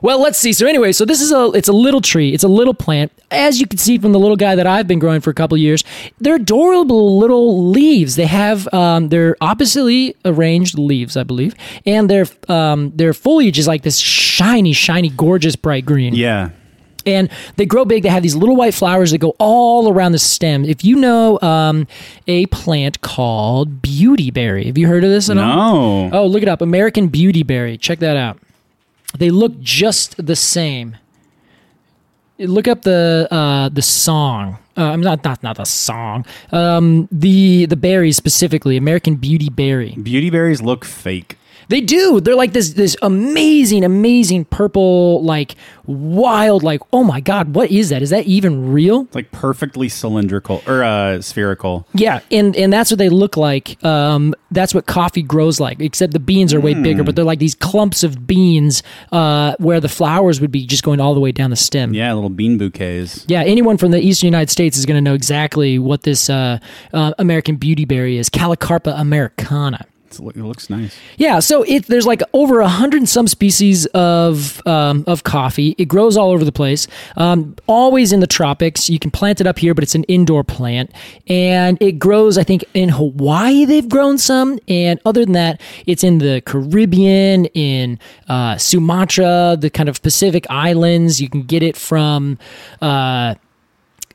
[SPEAKER 2] Well, let's see. So anyway, so this is a it's a little tree. It's a little plant. As you can see from the little guy that I've been growing for a couple of years, they're adorable little leaves. They have um, they're oppositely arranged leaves, I believe, and their um, their foliage is like this shiny, shiny, gorgeous, bright green
[SPEAKER 1] yeah.
[SPEAKER 2] and they grow big. They have these little white flowers that go all around the stem. If you know um, a plant called beauty berry, have you heard of this at all?
[SPEAKER 1] No.
[SPEAKER 2] Oh, look it up. American beauty berry. Check that out. They look just the same. Look up the uh, the song. Uh, I'm not not not the song. Um, the the berries specifically. American beauty berry.
[SPEAKER 1] Beauty berries look fake.
[SPEAKER 2] They do. They're like this this amazing, amazing purple, like wild, like oh my god, what is that? Is that even real?
[SPEAKER 1] It's like perfectly cylindrical or uh, spherical.
[SPEAKER 2] Yeah, and and that's what they look like. Um, that's what coffee grows like. Except the beans are way bigger, but they're like these clumps of beans, uh, where the flowers would be just going all the way down the stem.
[SPEAKER 1] Yeah, little bean bouquets.
[SPEAKER 2] Yeah, anyone from the eastern United States is going to know exactly what this uh, uh, American beauty berry is, Calicarpa americana.
[SPEAKER 1] It's, it looks nice.
[SPEAKER 2] Yeah, so it there's like over a hundred and some species of um, of coffee. It grows all over the place. Um, always in the tropics. You can plant it up here, but it's an indoor plant, and it grows. I think in Hawaii they've grown some, and other than that, it's in the Caribbean, in uh, Sumatra, the kind of Pacific islands. You can get it from. Uh,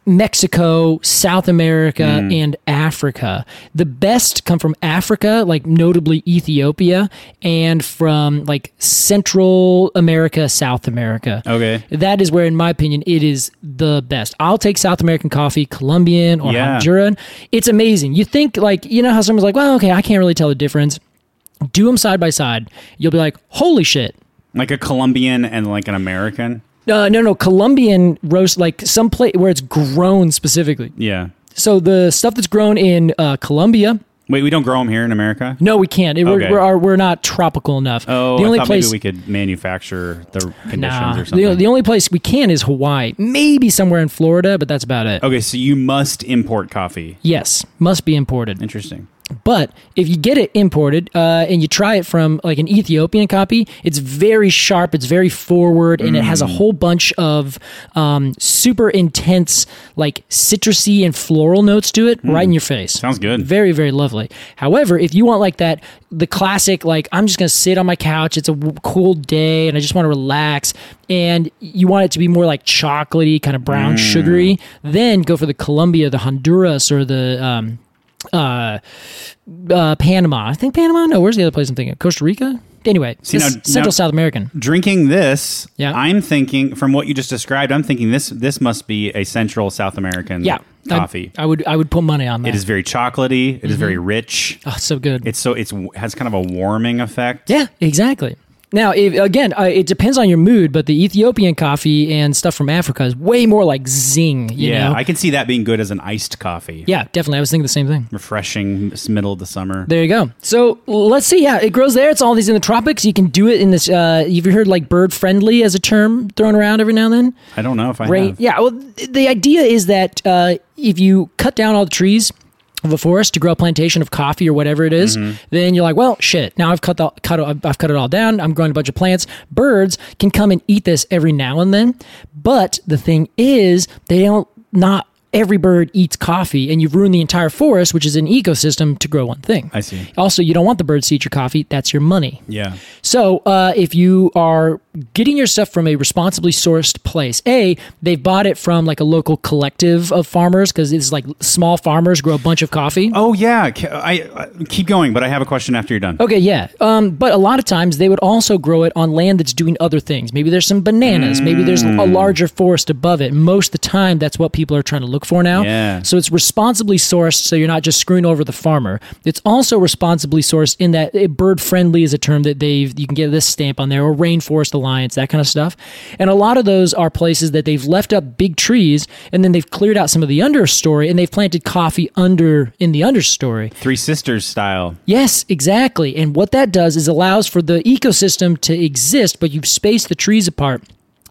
[SPEAKER 2] Mexico, South America,
[SPEAKER 1] Mm.
[SPEAKER 2] and Africa. The best come from Africa, like notably Ethiopia, and from like Central America, South America.
[SPEAKER 1] Okay.
[SPEAKER 2] That is where, in my opinion, it is the best. I'll take South American coffee, Colombian or
[SPEAKER 1] Yeah.
[SPEAKER 2] Honduran. It's amazing. You think, like, you know how someone's like, well, okay, I can't really tell the difference. Do them side by side. You'll be like, holy shit.
[SPEAKER 1] Like a Colombian and like an American.
[SPEAKER 2] Uh, no, no, Colombian roast, like some place where it's grown specifically.
[SPEAKER 1] Yeah.
[SPEAKER 2] So the stuff that's grown in uh, Colombia,
[SPEAKER 1] Wait, we don't grow them here in America.
[SPEAKER 2] no, we can't. It-
[SPEAKER 1] Okay.
[SPEAKER 2] we're, we're, are- we're not tropical enough.
[SPEAKER 1] Oh,
[SPEAKER 2] the
[SPEAKER 1] I
[SPEAKER 2] only
[SPEAKER 1] thought
[SPEAKER 2] place
[SPEAKER 1] maybe we could manufacture the conditions
[SPEAKER 2] nah,
[SPEAKER 1] or something.
[SPEAKER 2] the, the only place we can is Hawaii, maybe somewhere in Florida, but that's about it.
[SPEAKER 1] okay, so you must import coffee.
[SPEAKER 2] Yes, must be imported.
[SPEAKER 1] Interesting.
[SPEAKER 2] But if you get it imported uh, and you try it from like an Ethiopian copy, it's very sharp, it's very forward, and it has
[SPEAKER 1] Mm.
[SPEAKER 2] a whole bunch of um, super intense, like citrusy and floral notes to it, right in your face.
[SPEAKER 1] Mm. Sounds good.
[SPEAKER 2] Very, very lovely. However, if you want like that, the classic, like I'm just gonna sit on my couch. It's a w- cool day, and I just want to relax. And you want it to be more like chocolatey, kind of brown,
[SPEAKER 1] Mm.
[SPEAKER 2] sugary. Then go for the Colombia, the Honduras, or the um, uh, uh, Panama. I think Panama. No, where's the other place I'm thinking? Costa Rica. Anyway,
[SPEAKER 1] See, Mm,
[SPEAKER 2] this
[SPEAKER 1] now-
[SPEAKER 2] Central
[SPEAKER 1] now-
[SPEAKER 2] South American.
[SPEAKER 1] Drinking this,
[SPEAKER 2] Yeah.
[SPEAKER 1] I'm thinking from what you just described, I'm thinking this this must be a Central South American
[SPEAKER 2] Yeah, I-
[SPEAKER 1] coffee.
[SPEAKER 2] I, would I would put money on that.
[SPEAKER 1] it is very chocolatey. It is
[SPEAKER 2] Mm-hmm.
[SPEAKER 1] very rich.
[SPEAKER 2] oh, so good.
[SPEAKER 1] It's so it's has kind of a warming effect.
[SPEAKER 2] Yeah, exactly. Now, if, again, uh, it depends on your mood, but the Ethiopian coffee and stuff from Africa is way more like zing. You
[SPEAKER 1] yeah.
[SPEAKER 2] know?
[SPEAKER 1] I can see that being good as an iced coffee.
[SPEAKER 2] yeah, definitely. I was thinking the same thing.
[SPEAKER 1] refreshing this middle of the summer.
[SPEAKER 2] There you go. So let's see. Yeah, it grows there. It's all these in the tropics. You can do it in this. Uh, you've heard like bird friendly as a term thrown around every now and then.
[SPEAKER 1] I don't know if I
[SPEAKER 2] Right.
[SPEAKER 1] have.
[SPEAKER 2] Yeah. Well, th- the idea is that uh, if you cut down all the trees of a forest to grow a plantation of coffee or whatever it is,
[SPEAKER 1] Mm-hmm.
[SPEAKER 2] then you're like, well, shit. Now I've cut the cut. I've I've cut it all down. I'm growing a bunch of plants. Birds can come and eat this every now and then, but the thing is, they don't not every bird eats coffee and you've ruined the entire forest, which is an ecosystem, to grow one thing.
[SPEAKER 1] I see.
[SPEAKER 2] Also, you don't want the birds to eat your coffee. That's your money.
[SPEAKER 1] Yeah.
[SPEAKER 2] So, uh, if you are getting your stuff from a responsibly sourced place, A, they've bought it from like a local collective of farmers because it's like small farmers grow a bunch of coffee.
[SPEAKER 1] Oh yeah. Ca- I, I keep going, but I have a question after you're done.
[SPEAKER 2] Okay, yeah. Um, but a lot of times they would also grow it on land that's doing other things. Maybe there's some bananas. Maybe there's a larger forest above it. Most of the time, that's what people are trying to look for now.
[SPEAKER 1] Yeah.
[SPEAKER 2] So it's responsibly sourced, so you're not just screwing over the farmer. It's also responsibly sourced in that it, bird friendly is a term that they've you can get this stamp on there or rainforest alliance that kind of stuff. And a lot of those are places that they've left up big trees and then they've cleared out some of the understory and they've planted coffee under in the understory.
[SPEAKER 1] Three Sisters style.
[SPEAKER 2] Yes, exactly. And what that does is allows for the ecosystem to exist, but you've spaced the trees apart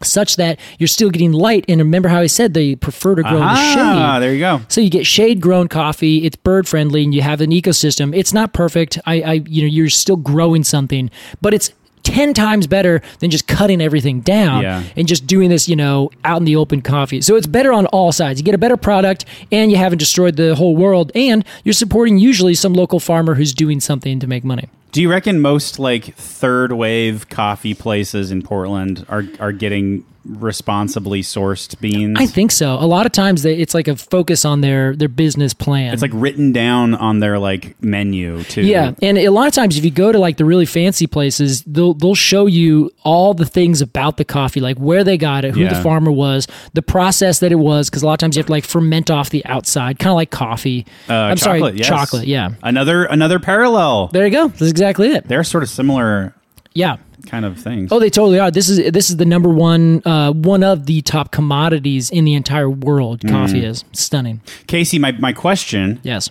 [SPEAKER 2] such that you're still getting light. And remember how I said they prefer to grow in the
[SPEAKER 1] Ah,
[SPEAKER 2] shade.
[SPEAKER 1] there you go.
[SPEAKER 2] So you get shade grown coffee, it's bird friendly, and you have an ecosystem. It's not perfect. I, I you know, you're still growing something, but it's 10 times better than just cutting everything down
[SPEAKER 1] Yeah.
[SPEAKER 2] and just doing this, you know, out in the open coffee. So it's better on all sides. You get a better product and you haven't destroyed the whole world and you're supporting usually some local farmer who's doing something to make money.
[SPEAKER 1] Do you reckon most like third wave coffee places in Portland are are getting responsibly sourced beans?
[SPEAKER 2] I think so. A lot of times they, it's like a focus on their their business plan.
[SPEAKER 1] it's like written down on their like menu too.
[SPEAKER 2] Yeah, and a lot of times if you go to like the really fancy places, they'll they'll show you all the things about the coffee, like where they got it, who the
[SPEAKER 1] Yeah.
[SPEAKER 2] farmer was, the process that it was, because a lot of times you have to like ferment off the outside, kind of like coffee.
[SPEAKER 1] Uh,
[SPEAKER 2] I'm
[SPEAKER 1] chocolate,
[SPEAKER 2] sorry,
[SPEAKER 1] yes.
[SPEAKER 2] chocolate. Yeah,
[SPEAKER 1] Another another parallel.
[SPEAKER 2] there you go. That's exactly it.
[SPEAKER 1] They're sort of similar
[SPEAKER 2] Yeah.
[SPEAKER 1] kind of things.
[SPEAKER 2] Oh, they totally are. This is this is the number one uh, one of the top commodities in the entire world.
[SPEAKER 1] Mm.
[SPEAKER 2] Coffee is stunning.
[SPEAKER 1] Casey, my, my question,
[SPEAKER 2] Yes.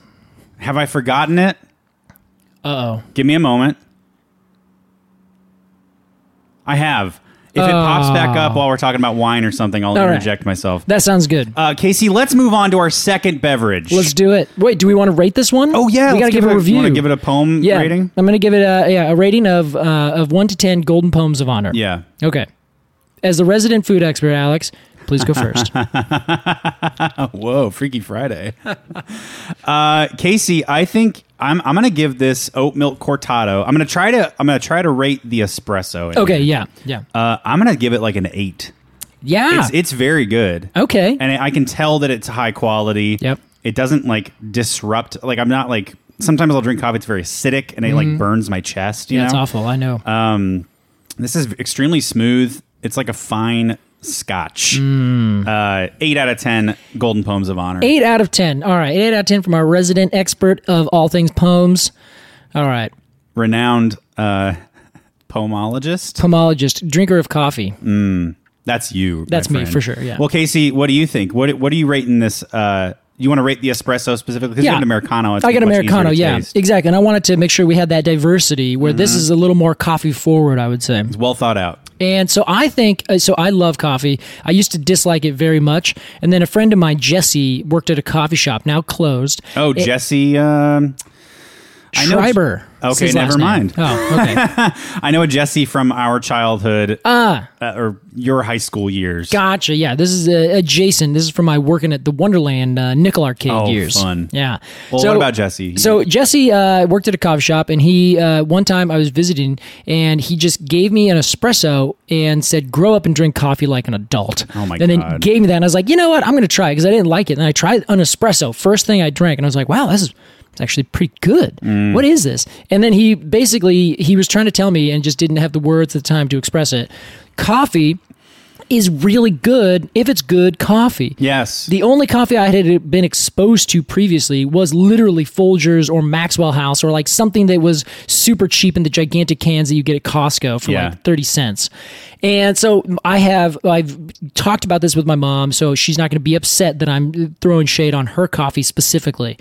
[SPEAKER 1] have I forgotten it?
[SPEAKER 2] Uh oh.
[SPEAKER 1] Give me a moment. I have. If it pops back up while we're talking about wine or something, I'll
[SPEAKER 2] Oh. All right.
[SPEAKER 1] interject myself.
[SPEAKER 2] That sounds good.
[SPEAKER 1] Uh, Casey, let's move on to our second beverage.
[SPEAKER 2] Let's do it. Wait, do we want to rate this one?
[SPEAKER 1] Oh yeah,
[SPEAKER 2] we
[SPEAKER 1] let's
[SPEAKER 2] gotta give, a review.
[SPEAKER 1] Want to give it a poem
[SPEAKER 2] yeah,
[SPEAKER 1] rating?
[SPEAKER 2] I'm gonna give it a yeah a rating of uh, of one to ten golden poems of honor.
[SPEAKER 1] Yeah.
[SPEAKER 2] Okay. As the resident food expert, Alex, please go first.
[SPEAKER 1] Whoa, Freaky Friday. uh, Casey, I think I'm I'm gonna give this oat milk cortado. I'm gonna try to I'm gonna try to rate the espresso. in
[SPEAKER 2] okay.
[SPEAKER 1] here.
[SPEAKER 2] Yeah. Yeah.
[SPEAKER 1] Uh, I'm gonna give it like an eight.
[SPEAKER 2] Yeah.
[SPEAKER 1] It's it's very good.
[SPEAKER 2] Ah. okay.
[SPEAKER 1] and I can tell that it's high quality.
[SPEAKER 2] Yep.
[SPEAKER 1] It doesn't like disrupt. Like I'm not like sometimes I'll drink coffee. It's very acidic and it like burns my chest. You
[SPEAKER 2] Mm-hmm. yeah,
[SPEAKER 1] know,
[SPEAKER 2] it's awful. I know.
[SPEAKER 1] Um, this is extremely smooth. It's like a fine scotch. Uh, eight out of ten golden poems of honor.
[SPEAKER 2] Mm. Eight out of ten. All right. Eight out of ten from our resident expert of all things poems. All right.
[SPEAKER 1] Renowned uh, poemologist.
[SPEAKER 2] Pomologist, drinker of coffee.
[SPEAKER 1] That's you. my
[SPEAKER 2] That's me,
[SPEAKER 1] friend.
[SPEAKER 2] for sure, yeah.
[SPEAKER 1] Well, Casey, what do you think? What What are you rating this? Uh, you want to rate the espresso specifically? Because you got an americano. It's
[SPEAKER 2] I got
[SPEAKER 1] much
[SPEAKER 2] Americano,
[SPEAKER 1] easier to
[SPEAKER 2] yeah.
[SPEAKER 1] taste. Mm-hmm.
[SPEAKER 2] Exactly. And I wanted to make sure we had that diversity where this is a little more coffee forward, I would say.
[SPEAKER 1] well thought out.
[SPEAKER 2] And so I think, uh, so I love coffee. I used to dislike it very much. And then a friend of mine, Jesse, worked at a coffee shop, now closed.
[SPEAKER 1] Oh, Jesse. Um, I know-
[SPEAKER 2] Schreiber. is
[SPEAKER 1] Okay,
[SPEAKER 2] his
[SPEAKER 1] never
[SPEAKER 2] last name.
[SPEAKER 1] mind.
[SPEAKER 2] Oh, okay.
[SPEAKER 1] I know a Jesse from our childhood,
[SPEAKER 2] Ah.
[SPEAKER 1] uh, or your high school years.
[SPEAKER 2] Gotcha. Yeah, this is uh, adjacent. This is from my working at the Wonderland uh, nickel arcade
[SPEAKER 1] Oh,
[SPEAKER 2] years.
[SPEAKER 1] fun.
[SPEAKER 2] Yeah.
[SPEAKER 1] Well, what about Jesse?
[SPEAKER 2] So Jesse uh, worked at a coffee shop, and he uh, one time I was visiting, and he just gave me an espresso and said, "Grow up and drink coffee like an adult."
[SPEAKER 1] Oh, my
[SPEAKER 2] and And then
[SPEAKER 1] God.
[SPEAKER 2] gave me that, and I was like, "You know what? I'm going to try it because I didn't like it." And I tried an espresso. First thing I drank, and I was like, "Wow, this is." It's actually pretty good.
[SPEAKER 1] Mm.
[SPEAKER 2] What is this? And then he basically he was trying to tell me and just didn't have the words at the time to express it. Coffee is really good if it's good coffee.
[SPEAKER 1] Yes.
[SPEAKER 2] The only coffee I had been exposed to previously was literally Folgers or Maxwell House or like something that was super cheap in the gigantic cans that you get at Costco for
[SPEAKER 1] Yeah.
[SPEAKER 2] like 30 cents. And so I have I've talked about this with my mom so she's not going to be upset that I'm throwing shade on her coffee specifically.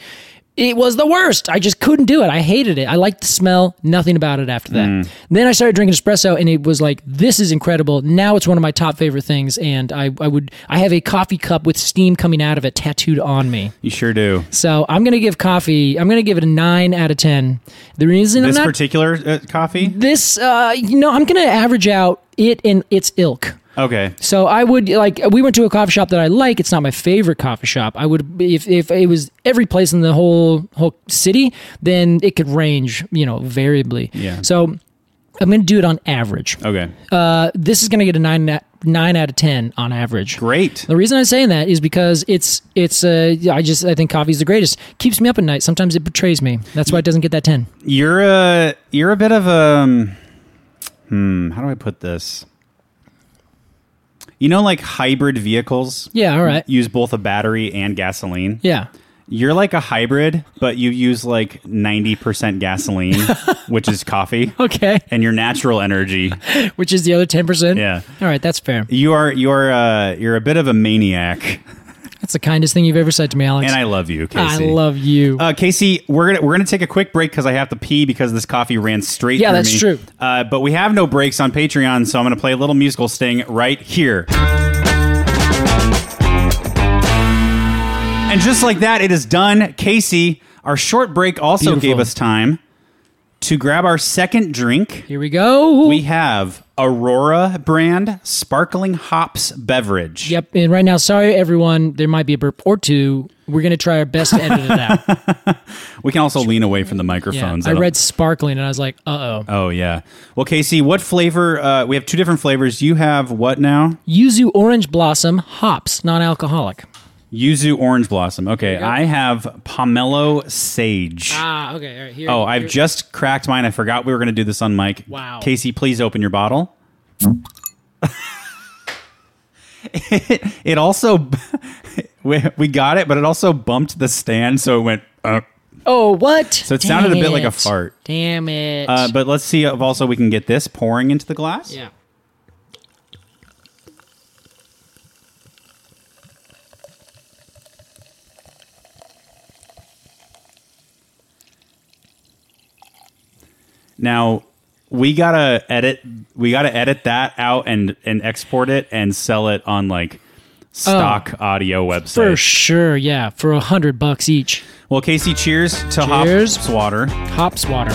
[SPEAKER 2] It was the worst. I just couldn't do it. I hated it. I liked the smell, nothing about it after that.
[SPEAKER 1] Mm.
[SPEAKER 2] Then I started drinking espresso and it was like this is incredible. Now it's one of my top favorite things and I I would I have a coffee cup with steam coming out of it tattooed on me.
[SPEAKER 1] you sure do.
[SPEAKER 2] So, I'm going to give coffee, I'm going to give it a 9 out of 10. The reason
[SPEAKER 1] This
[SPEAKER 2] I'm not Mm-hmm.
[SPEAKER 1] particular uh, coffee.
[SPEAKER 2] this uh you know i'm gonna average out it and its ilk
[SPEAKER 1] Okay.
[SPEAKER 2] So I would like we went to a coffee shop that I like. It's not my favorite coffee shop. I would if if it was every place in the whole whole city, then it could range you know variably.
[SPEAKER 1] Yeah.
[SPEAKER 2] So I'm going to do it on average.
[SPEAKER 1] Okay.
[SPEAKER 2] Uh, this is going to get a nine na- nine out of ten on average.
[SPEAKER 1] Great.
[SPEAKER 2] The reason I'm saying that is because it's it's uh, I just I think coffee's the greatest. Keeps me up at night. Sometimes it betrays me. That's why it doesn't get that ten.
[SPEAKER 1] You're a you're a bit of a um, hmm. How do I put this? You know, like hybrid vehicles.
[SPEAKER 2] Yeah. All right.
[SPEAKER 1] Use both a battery and gasoline.
[SPEAKER 2] Yeah.
[SPEAKER 1] You're like a hybrid, but you use like 90% gasoline, which is coffee,
[SPEAKER 2] Okay.
[SPEAKER 1] and your natural energy.
[SPEAKER 2] Which is the other ten percent?
[SPEAKER 1] Yeah.
[SPEAKER 2] All right. That's fair.
[SPEAKER 1] You are you're uh, you're a bit of a maniac,
[SPEAKER 2] That's the kindest thing you've ever said to me, Alex.
[SPEAKER 1] and I love you,
[SPEAKER 2] I
[SPEAKER 1] Casey.
[SPEAKER 2] love you.
[SPEAKER 1] Uh, Casey, we're gonna we're gonna take a quick break because I have to pee because this coffee ran straight.
[SPEAKER 2] Yeah,
[SPEAKER 1] through
[SPEAKER 2] that's
[SPEAKER 1] me.
[SPEAKER 2] true.
[SPEAKER 1] Uh, but we have no breaks on Patreon, so I'm gonna play a little musical sting right here. And just like that, it is done. Casey, our short break also
[SPEAKER 2] Beautiful.
[SPEAKER 1] gave us time to grab our second drink.
[SPEAKER 2] Here we go.
[SPEAKER 1] We have Aurora brand sparkling hops beverage.
[SPEAKER 2] yep. And right now, sorry everyone, there might be a burp or two. We're gonna try our best to edit it out.
[SPEAKER 1] We can also lean away from the
[SPEAKER 2] Yeah.
[SPEAKER 1] microphones.
[SPEAKER 2] I
[SPEAKER 1] don't-
[SPEAKER 2] read sparkling and I was like, uh oh.
[SPEAKER 1] Oh yeah. Well, Casey, what flavor? Uh, we have two different flavors. You have what now?
[SPEAKER 2] Yuzu orange blossom hops, non-alcoholic.
[SPEAKER 1] Yuzu orange blossom. Okay, I have pomelo sage.
[SPEAKER 2] Ah, okay. All right. Here.
[SPEAKER 1] oh, I've just cracked mine. I forgot we were going to do this on mic.
[SPEAKER 2] Wow.
[SPEAKER 1] Casey, please open your bottle. it, it also we, we got it, but it also bumped the stand, so it went. Uh,
[SPEAKER 2] Oh, what? So
[SPEAKER 1] it sounded a bit like a fart.
[SPEAKER 2] Damn it.
[SPEAKER 1] uh, but let's see if also we can get this pouring into the glass.
[SPEAKER 2] yeah.
[SPEAKER 1] Now we gotta edit. We gotta edit that out and and export it and sell it on like stock
[SPEAKER 2] Oh.
[SPEAKER 1] audio websites.
[SPEAKER 2] For sure. Yeah. For a hundred bucks each.
[SPEAKER 1] Well, Casey, cheers to
[SPEAKER 2] Cheers.
[SPEAKER 1] hops water.
[SPEAKER 2] Hops water.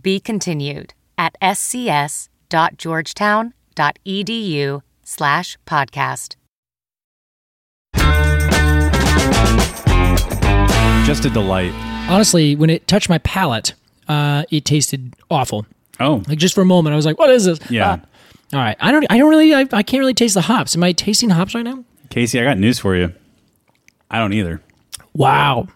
[SPEAKER 3] Be continued at scs.georgetown.edu E slash podcast.
[SPEAKER 1] Just a delight.
[SPEAKER 2] Honestly, when it touched my palate, uh, it tasted awful.
[SPEAKER 1] Oh,
[SPEAKER 2] Like just for a moment, I was like, "What is this?"
[SPEAKER 1] Yeah.
[SPEAKER 2] Ah. all right. I don't. I don't really. I, I can't really taste the hops. Am I tasting hops right now?
[SPEAKER 1] Casey, I got news for you. I don't either.
[SPEAKER 2] Wow.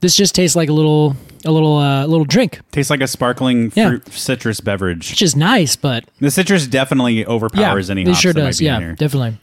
[SPEAKER 2] This just tastes like a little, a little, uh, little drink,
[SPEAKER 1] Tastes like a sparkling
[SPEAKER 2] Yeah.
[SPEAKER 1] fruit citrus beverage.
[SPEAKER 2] which is nice, but
[SPEAKER 1] The citrus definitely
[SPEAKER 2] yeah,
[SPEAKER 1] overpowers any
[SPEAKER 2] it
[SPEAKER 1] hops
[SPEAKER 2] sure
[SPEAKER 1] that
[SPEAKER 2] does.
[SPEAKER 1] might be
[SPEAKER 2] Yeah,
[SPEAKER 1] in here.
[SPEAKER 2] definitely.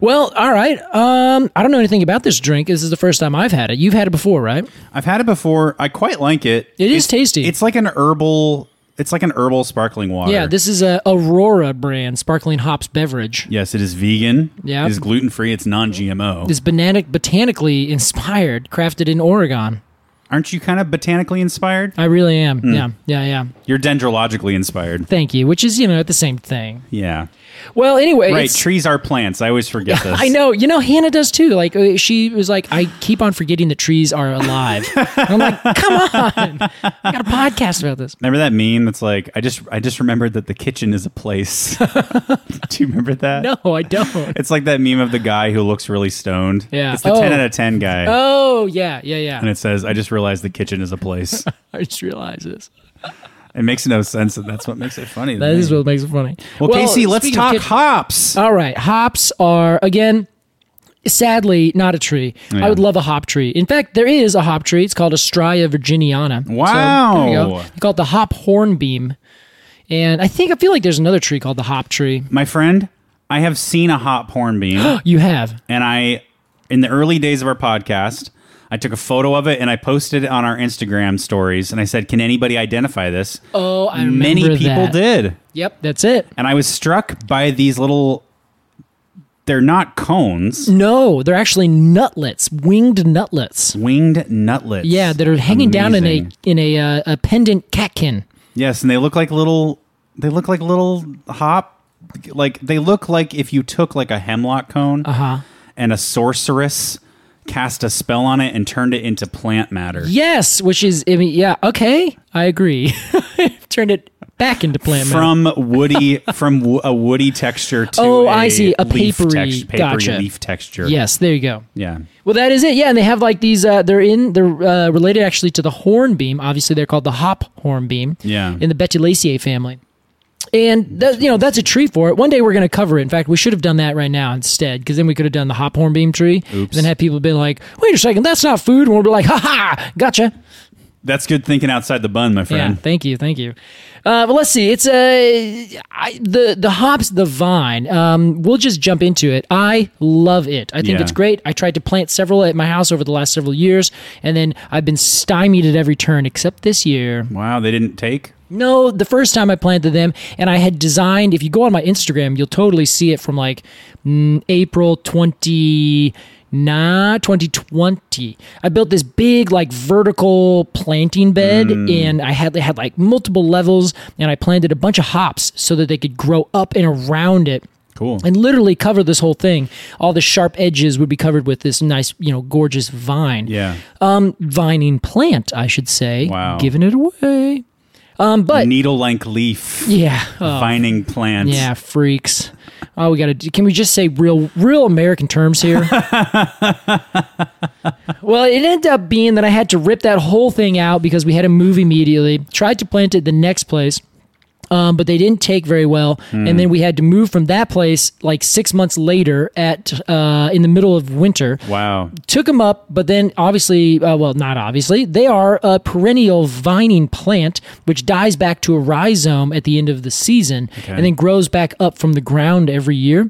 [SPEAKER 2] Well, all right. Um, I don't know anything about this drink. This is the first time I've had it. You've had it before, right?
[SPEAKER 1] I've had it before. I quite like it.
[SPEAKER 2] It is tasty.
[SPEAKER 1] It's like an herbal. It's like an herbal sparkling water.
[SPEAKER 2] yeah. This is a Aurora brand sparkling hops beverage.
[SPEAKER 1] Yes, it is vegan.
[SPEAKER 2] Yeah.
[SPEAKER 1] It is gluten free. It's non GMO.
[SPEAKER 2] It's banana botanically inspired, crafted in Oregon.
[SPEAKER 1] Aren't you kind of botanically inspired?
[SPEAKER 2] I really am.
[SPEAKER 1] Hmm.
[SPEAKER 2] Yeah, yeah, yeah.
[SPEAKER 1] You're dendrologically inspired.
[SPEAKER 2] Thank you. Which is you know the same thing.
[SPEAKER 1] Yeah.
[SPEAKER 2] Well, anyway,
[SPEAKER 1] Right.
[SPEAKER 2] it's-
[SPEAKER 1] Trees are plants. I always forget this.
[SPEAKER 2] I know. You know, Hannah does too. Like uh, she was like, I keep on forgetting the trees are alive. And I'm like, come on, I got a podcast about this.
[SPEAKER 1] Remember that meme that's like, I just I just remembered that the kitchen is a place. Do you remember that?
[SPEAKER 2] No, I don't.
[SPEAKER 1] It's like that meme of the guy who looks really stoned.
[SPEAKER 2] Yeah.
[SPEAKER 1] It's the
[SPEAKER 2] Oh.
[SPEAKER 1] 10 out of 10 guy.
[SPEAKER 2] Oh yeah, yeah,
[SPEAKER 1] And
[SPEAKER 2] yeah.
[SPEAKER 1] it says, I just realized the kitchen is a place.
[SPEAKER 2] I just realized this.
[SPEAKER 1] it makes no sense. And that's what makes it funny. to
[SPEAKER 2] That
[SPEAKER 1] me.
[SPEAKER 2] is what makes it funny.
[SPEAKER 1] Well, Casey, let's
[SPEAKER 2] speaking of Uh,
[SPEAKER 1] talk
[SPEAKER 2] kitchen-
[SPEAKER 1] hops.
[SPEAKER 2] All right, hops are again. Sadly, not a tree. I would love a hop tree. In fact, there is a hop tree. It's called Astraea virginiana. So, there you go.
[SPEAKER 1] Wow.
[SPEAKER 2] They call it the hop hornbeam. And I think I feel like there's another tree called the hop tree.
[SPEAKER 1] My friend, I have seen a hop hornbeam,
[SPEAKER 2] You have.
[SPEAKER 1] and I, in the early days of our podcast, I took a photo of it and I posted it on our Instagram stories, and I said, "Can anybody identify this?"
[SPEAKER 2] Oh, I remember
[SPEAKER 1] Many people
[SPEAKER 2] that.
[SPEAKER 1] did,
[SPEAKER 2] Yep, that's it.
[SPEAKER 1] and I was struck by these little. They're not cones,
[SPEAKER 2] No, they're actually nutlets, winged nutlets.
[SPEAKER 1] winged nutlets.
[SPEAKER 2] Yeah, that are hanging down in a
[SPEAKER 1] Amazing.
[SPEAKER 2] in a uh, a pendant catkin.
[SPEAKER 1] Yes, and they look like little. They look like little hop. Like they look like if you took like a hemlock cone
[SPEAKER 2] Uh-huh.
[SPEAKER 1] and a sorceress cast a spell on it and turned it into plant matter.
[SPEAKER 2] Yes, which is I mean, yeah, okay, I agree. Turned it back into plant matter.
[SPEAKER 1] From woody, from wo- a woody texture to
[SPEAKER 2] Oh,
[SPEAKER 1] I
[SPEAKER 2] I see, a
[SPEAKER 1] leaf
[SPEAKER 2] papery-
[SPEAKER 1] text- papery
[SPEAKER 2] gotcha.
[SPEAKER 1] leaf texture.
[SPEAKER 2] Yes, there you go.
[SPEAKER 1] yeah.
[SPEAKER 2] Well, that is it. Yeah, and they have like these. Uh, they're in. They're uh, related actually to the hornbeam. Obviously, they're called the hop hornbeam.
[SPEAKER 1] Yeah.
[SPEAKER 2] In the Betulaceae family, and that, you know that's a tree for it. One day we're going to cover it. In fact, we should have done that right now instead, because then we could have done the hop hornbeam tree. And then have people been like, "Wait a second, that's not food," and we'll be like, "Ha ha, gotcha."
[SPEAKER 1] That's good thinking outside the bun, my
[SPEAKER 2] Yeah,
[SPEAKER 1] friend.
[SPEAKER 2] thank you, thank you. Uh, but let's see. It's a I, the the hops, the vine. Um, we'll just jump into it. I love it. I think
[SPEAKER 1] Yeah.
[SPEAKER 2] it's great. I tried to plant several at my house over the last several years, and then I've been stymied at every turn except this year.
[SPEAKER 1] Wow, they didn't take.
[SPEAKER 2] No, the first time I planted them, and I had designed. If you go on my Instagram, you'll totally see it from like mm, April 20. Nah, 2020. I built this big, like, vertical planting bed,
[SPEAKER 1] Mm.
[SPEAKER 2] and I had it had like multiple levels, and I planted a bunch of hops so that they could grow up and around it
[SPEAKER 1] Cool.
[SPEAKER 2] and literally cover this whole thing. All the sharp edges would be covered with this nice, you know, gorgeous vine
[SPEAKER 1] yeah.
[SPEAKER 2] um, vining plant, I should say.
[SPEAKER 1] Wow.
[SPEAKER 2] Giving it away. Um, but
[SPEAKER 1] Needle like leaf.
[SPEAKER 2] yeah, oh,
[SPEAKER 1] Vining plants.
[SPEAKER 2] yeah, freaks. Oh, we gotta. do- Can we just say real, real American terms here? well, it ended up being that I had to rip that whole thing out because we had to move immediately. Tried to plant it the next place. Um, but they didn't take very well, and then we had to move from that place like six months later at uh, in the middle of winter
[SPEAKER 1] Wow.
[SPEAKER 2] took them up, but then obviously, uh, well, not obviously, they are a perennial vining plant which dies back to a rhizome at the end of the season and then grows back up from the ground every year.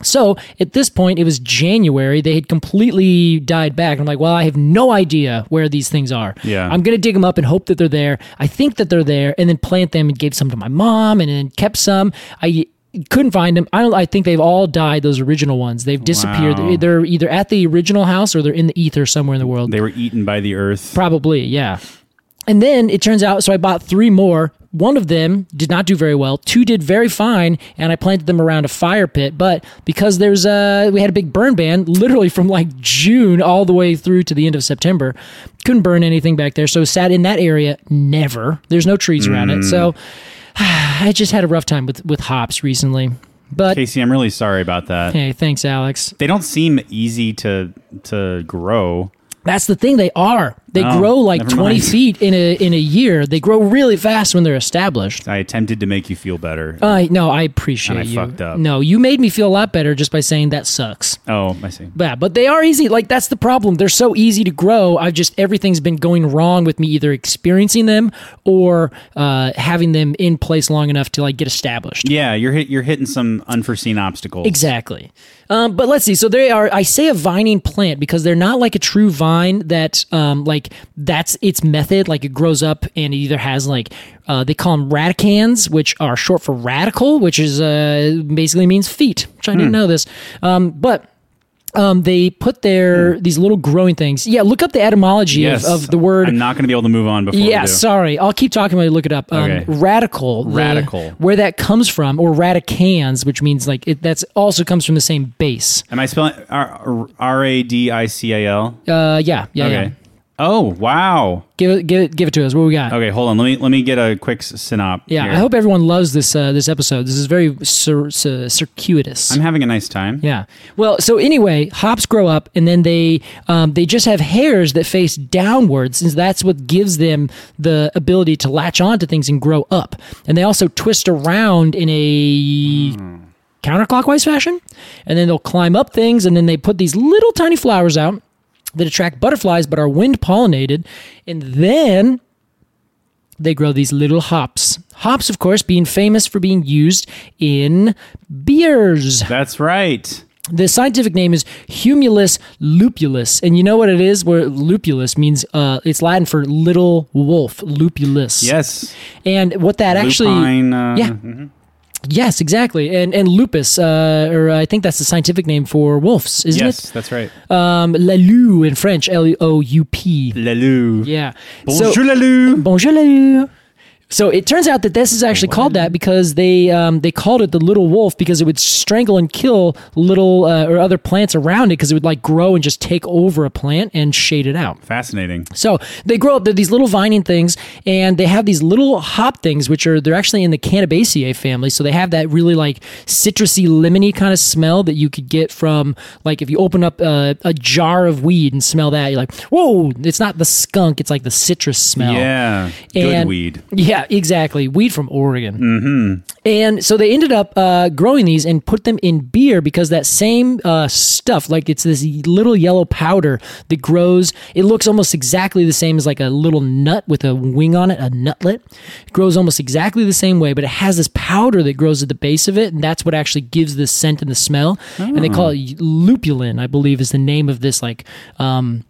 [SPEAKER 2] So at this point, it was January. They had completely died back. I'm like, well, I have no idea where these things are.
[SPEAKER 1] Yeah.
[SPEAKER 2] I'm going to dig them up and hope that they're there. I think that they're there and then plant them and gave some to my mom and then kept some. I couldn't find them. I don't, I think they've all died, those original ones. They've disappeared.
[SPEAKER 1] Wow.
[SPEAKER 2] They're either at the original house or they're in the ether somewhere in the world.
[SPEAKER 1] They were eaten by the earth.
[SPEAKER 2] Probably, yeah. And then it turns out, so I bought three more. One of them did not do very well. Two did very fine, and I planted them around a fire pit. But because there's a, we had a big burn ban, literally from like June all the way through to the end of September, couldn't burn anything back there. So sat in that area never. There's no trees around it, so I just had a rough time with with hops recently. But
[SPEAKER 1] Casey, I'm really sorry about that.
[SPEAKER 2] hey, thanks, Alex.
[SPEAKER 1] They don't seem easy to to grow.
[SPEAKER 2] That's the thing. They are. They
[SPEAKER 1] Oh,
[SPEAKER 2] grow like
[SPEAKER 1] never
[SPEAKER 2] twenty
[SPEAKER 1] mind.
[SPEAKER 2] feet in a in a year. They grow really fast when they're established.
[SPEAKER 1] I attempted to make you feel better.
[SPEAKER 2] Uh, no, I appreciate
[SPEAKER 1] And I
[SPEAKER 2] you.
[SPEAKER 1] fucked up.
[SPEAKER 2] No, you made me feel a lot better just by saying that sucks.
[SPEAKER 1] oh, I see.
[SPEAKER 2] Yeah, but they are easy. Like that's the problem. They're so easy to grow. I've just everything's been going wrong with me either experiencing them or uh, having them in place long enough to like get established.
[SPEAKER 1] Yeah, you're hit. You're hitting some unforeseen obstacles.
[SPEAKER 2] Exactly. Um, but let's see. So they are. I say a vining plant because they're not like a true vine that, um, like that's its method. Like it grows up and it either has like uh, they call them radicans, which are short for radical, which is uh, basically means feet, which I didn't know this. Um, but um, they put their these little growing things. Yeah, look up the etymology
[SPEAKER 1] Yes.
[SPEAKER 2] of, of the word.
[SPEAKER 1] I'm not going to be able to move on before. we
[SPEAKER 2] yeah,
[SPEAKER 1] do.
[SPEAKER 2] sorry. I'll keep talking while you look it up. Um,
[SPEAKER 1] Okay.
[SPEAKER 2] Radical, the-
[SPEAKER 1] Radical.
[SPEAKER 2] where that comes from, or radicans, which means like it, that's also comes from the same base.
[SPEAKER 1] Am I spelling R R A D I C A L?
[SPEAKER 2] Uh, yeah, yeah, yeah.
[SPEAKER 1] Okay. Oh wow.
[SPEAKER 2] Give it, give it, give it to us. What we got?
[SPEAKER 1] Okay, hold on. Let me let me get a quick s- synop.
[SPEAKER 2] Yeah,
[SPEAKER 1] here.
[SPEAKER 2] I hope everyone loves this uh, this episode. This is very cir- cir- circuitous.
[SPEAKER 1] I'm having a nice time.
[SPEAKER 2] yeah. Well, so anyway, hops grow up, and then they um, they just have hairs that face downwards, since that's what gives them the ability to latch onto things and grow up. And they also twist around in a counterclockwise fashion, and then they'll climb up things, and then they put these little tiny flowers out that attract butterflies but are wind pollinated, and then they grow these little hops. Hops, of course, being famous for being used in beers.
[SPEAKER 1] That's right.
[SPEAKER 2] The scientific name is Humulus lupulus, and you know what it is? Where lupulus means uh, it's Latin for little wolf. Lupulus.
[SPEAKER 1] Yes.
[SPEAKER 2] And what that actually
[SPEAKER 1] Lupine, uh,
[SPEAKER 2] yeah. Yes, exactly. And and lupus, uh, or I think that's the scientific name for wolves, isn't
[SPEAKER 1] Yes,
[SPEAKER 2] it?
[SPEAKER 1] that's right.
[SPEAKER 2] Um, la Lou in French, L E O U P.
[SPEAKER 1] Lalou.
[SPEAKER 2] Yeah.
[SPEAKER 1] Bonjour
[SPEAKER 2] So-
[SPEAKER 1] Lalou.
[SPEAKER 2] Bonjour. la Lou. So it turns out that this is actually called that because they um, they called it the little wolf because it would strangle and kill little uh, or other plants around it because it would like grow and just take over a plant and shade it out.
[SPEAKER 1] Fascinating.
[SPEAKER 2] So they grow up. They're these little vining things, and they have these little hop things, which are they're actually in the Cannabaceae family. So they have that really like citrusy, lemony kind of smell that you could get from like if you open up uh, a jar of weed and smell that, you're like, whoa! It's not the skunk; it's like the citrus smell.
[SPEAKER 1] Yeah. Good
[SPEAKER 2] And-
[SPEAKER 1] weed.
[SPEAKER 2] Yeah, exactly. Weed from Oregon. Mm-hmm. And so they ended up uh, growing these and put them in beer because that same uh, stuff, like it's this little yellow powder that grows. It looks almost exactly the same as like a little nut with a wing on it, a nutlet. It grows almost exactly the same way, but it has this powder that grows at the base of it, and that's what actually gives the scent and the smell. And
[SPEAKER 1] Oh.
[SPEAKER 2] they call it lupulin, I believe, is the name of this like. Um,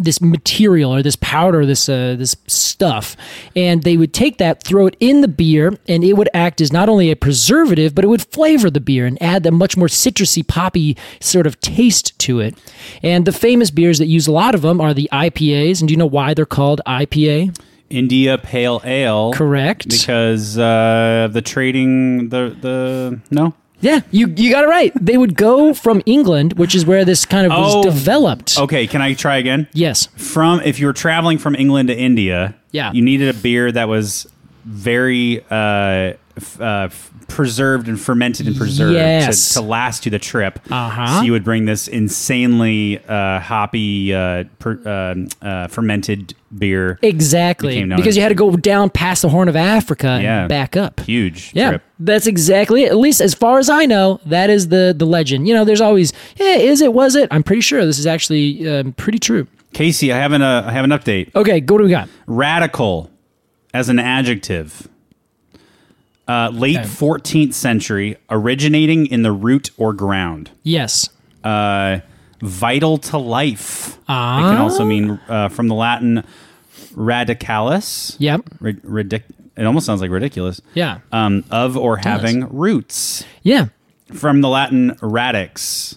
[SPEAKER 2] this material or this powder, this uh, this stuff, and they would take that, throw it in the beer, and it would act as not only a preservative, but it would flavor the beer and add a much more citrusy, poppy sort of taste to it. And the famous beers that use a lot of them are the IPAs. And do you know why they're called IPA?
[SPEAKER 1] India Pale Ale.
[SPEAKER 2] Correct.
[SPEAKER 1] Because uh, of the trading the the no.
[SPEAKER 2] yeah, you you got it right. They would go from England, which is where this kind of
[SPEAKER 1] Oh.
[SPEAKER 2] was developed.
[SPEAKER 1] Okay, can I try again?
[SPEAKER 2] Yes.
[SPEAKER 1] From if you were traveling from England to India,
[SPEAKER 2] Yeah.
[SPEAKER 1] you needed a beer that was very uh, f- uh, f- preserved and fermented and preserved
[SPEAKER 2] Yes.
[SPEAKER 1] to, to last you the trip.
[SPEAKER 2] Uh-huh.
[SPEAKER 1] So you would bring this insanely uh, hoppy uh, per, um uh, fermented beer.
[SPEAKER 2] Exactly.
[SPEAKER 1] Became known
[SPEAKER 2] Because
[SPEAKER 1] as-
[SPEAKER 2] you had to go down past the Horn of Africa and
[SPEAKER 1] Yeah.
[SPEAKER 2] back up.
[SPEAKER 1] Huge
[SPEAKER 2] Yeah,
[SPEAKER 1] trip.
[SPEAKER 2] that's exactly it. At least as far as I know, that is the the legend. You know, there's always, yeah, is it, was it? I'm pretty sure this is actually um, pretty true.
[SPEAKER 1] Casey, I have an uh, I have an update.
[SPEAKER 2] Okay, go to we got.
[SPEAKER 1] Radical as an adjective. Uh, late 14th century, originating in the root or ground.
[SPEAKER 2] Yes.
[SPEAKER 1] uh, vital to life. It can
[SPEAKER 2] Ah.
[SPEAKER 1] also mean uh, from the Latin radicalis.
[SPEAKER 2] Yep.
[SPEAKER 1] Ri- ridic- it almost sounds like ridiculous.
[SPEAKER 2] Yeah.
[SPEAKER 1] Um, of or having roots.
[SPEAKER 2] Yeah.
[SPEAKER 1] From the Latin radix,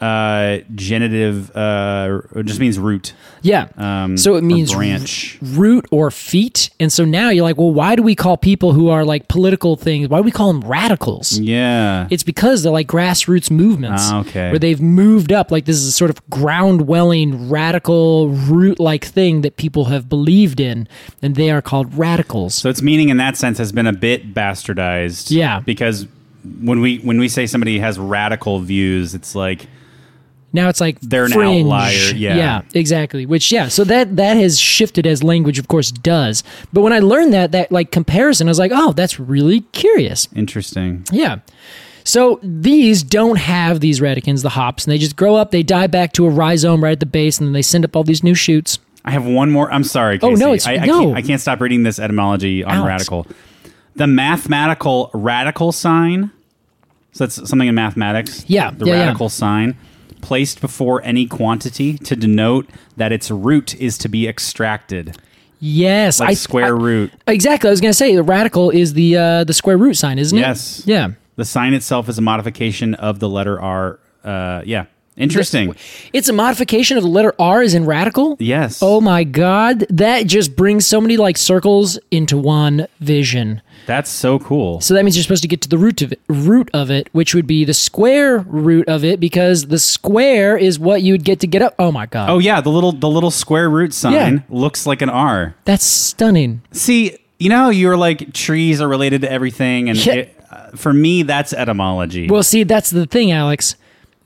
[SPEAKER 1] uh, genitive, uh, it just means root.
[SPEAKER 2] Yeah.
[SPEAKER 1] Um,
[SPEAKER 2] so it
[SPEAKER 1] or
[SPEAKER 2] means
[SPEAKER 1] branch.
[SPEAKER 2] root or feet. And so now you're like, well, why do we call people who are like political things? Why do we call them radicals?
[SPEAKER 1] Yeah.
[SPEAKER 2] It's because they're like grassroots movements.
[SPEAKER 1] Ah, okay.
[SPEAKER 2] Where they've moved up. Like this is a sort of ground welling, radical, root like thing that people have believed in. And they are called radicals.
[SPEAKER 1] so its meaning in that sense has been a bit bastardized.
[SPEAKER 2] Yeah.
[SPEAKER 1] Because when we when we say somebody has radical views, it's like
[SPEAKER 2] Now it's like
[SPEAKER 1] They're an
[SPEAKER 2] fringe.
[SPEAKER 1] outlier, yeah.
[SPEAKER 2] exactly. Which yeah, so that that has shifted as language, of course, does. But when I learned that that like comparison, I was like, oh, that's really curious.
[SPEAKER 1] interesting.
[SPEAKER 2] Yeah. So these don't have these radicans, the hops, and they just grow up. They die back to a rhizome right at the base, and then they send up all these new shoots.
[SPEAKER 1] I have one more. I'm sorry.
[SPEAKER 2] Oh,
[SPEAKER 1] Casey.
[SPEAKER 2] no, it's-
[SPEAKER 1] I, I,
[SPEAKER 2] no.
[SPEAKER 1] Can't, I can't stop reading this etymology on
[SPEAKER 2] Ouch.
[SPEAKER 1] radical. The mathematical radical sign. So that's something in mathematics.
[SPEAKER 2] Yeah,
[SPEAKER 1] The
[SPEAKER 2] yeah, yeah.
[SPEAKER 1] radical sign placed before any quantity to denote that its root is to be extracted,
[SPEAKER 2] Yes,
[SPEAKER 1] like
[SPEAKER 2] I-
[SPEAKER 1] square
[SPEAKER 2] I-
[SPEAKER 1] root.
[SPEAKER 2] Exactly. I was going to say the radical is the uh, the square root sign, isn't it?
[SPEAKER 1] Yes.
[SPEAKER 2] Yeah.
[SPEAKER 1] The sign itself is a modification of the letter R. Uh, yeah. Interesting.
[SPEAKER 2] It's a modification of the letter R is in radical.
[SPEAKER 1] Yes.
[SPEAKER 2] Oh my God. That just brings so many like circles into one vision.
[SPEAKER 1] That's so cool.
[SPEAKER 2] So that means you're supposed to get to the root of it, root of it, which would be the square root of it, because the square is what you'd get to get up. Oh my God.
[SPEAKER 1] Oh yeah, the little the little square root sign looks like an R.
[SPEAKER 2] That's stunning.
[SPEAKER 1] See, you know, how you're like trees are related to everything, and
[SPEAKER 2] Yeah.
[SPEAKER 1] it, uh, for me, that's etymology.
[SPEAKER 2] Well, see, that's the thing, Alex.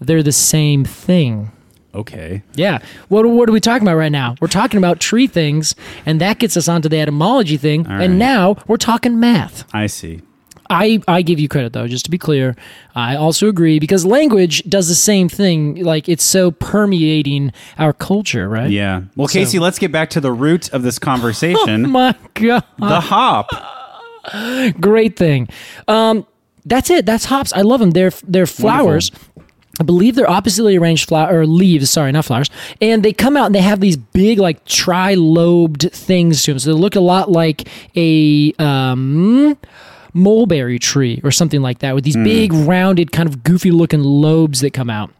[SPEAKER 2] They're the same thing.
[SPEAKER 1] okay,
[SPEAKER 2] Yeah. What, what are we talking about right now? We're talking about tree things, and that gets us onto the etymology thing. And now we're talking math.
[SPEAKER 1] I see.
[SPEAKER 2] I, I give you credit, though, just to be clear. I also agree because language does the same thing. Like, it's so permeating our culture, right?
[SPEAKER 1] Yeah. Well, Casey, let's get back to the root of this conversation.
[SPEAKER 2] Oh, My God.
[SPEAKER 1] the hop.
[SPEAKER 2] Great thing. Um, that's it. That's hops. I love them. They're, they're flowers. I believe they're oppositely arranged flower or leaves, sorry, not flowers. And they come out and they have these big, like tri-lobed things to them. So they look a lot like a um, mulberry tree or something like that, with these
[SPEAKER 1] Hmm.
[SPEAKER 2] big, rounded, kind of goofy-looking lobes that come out.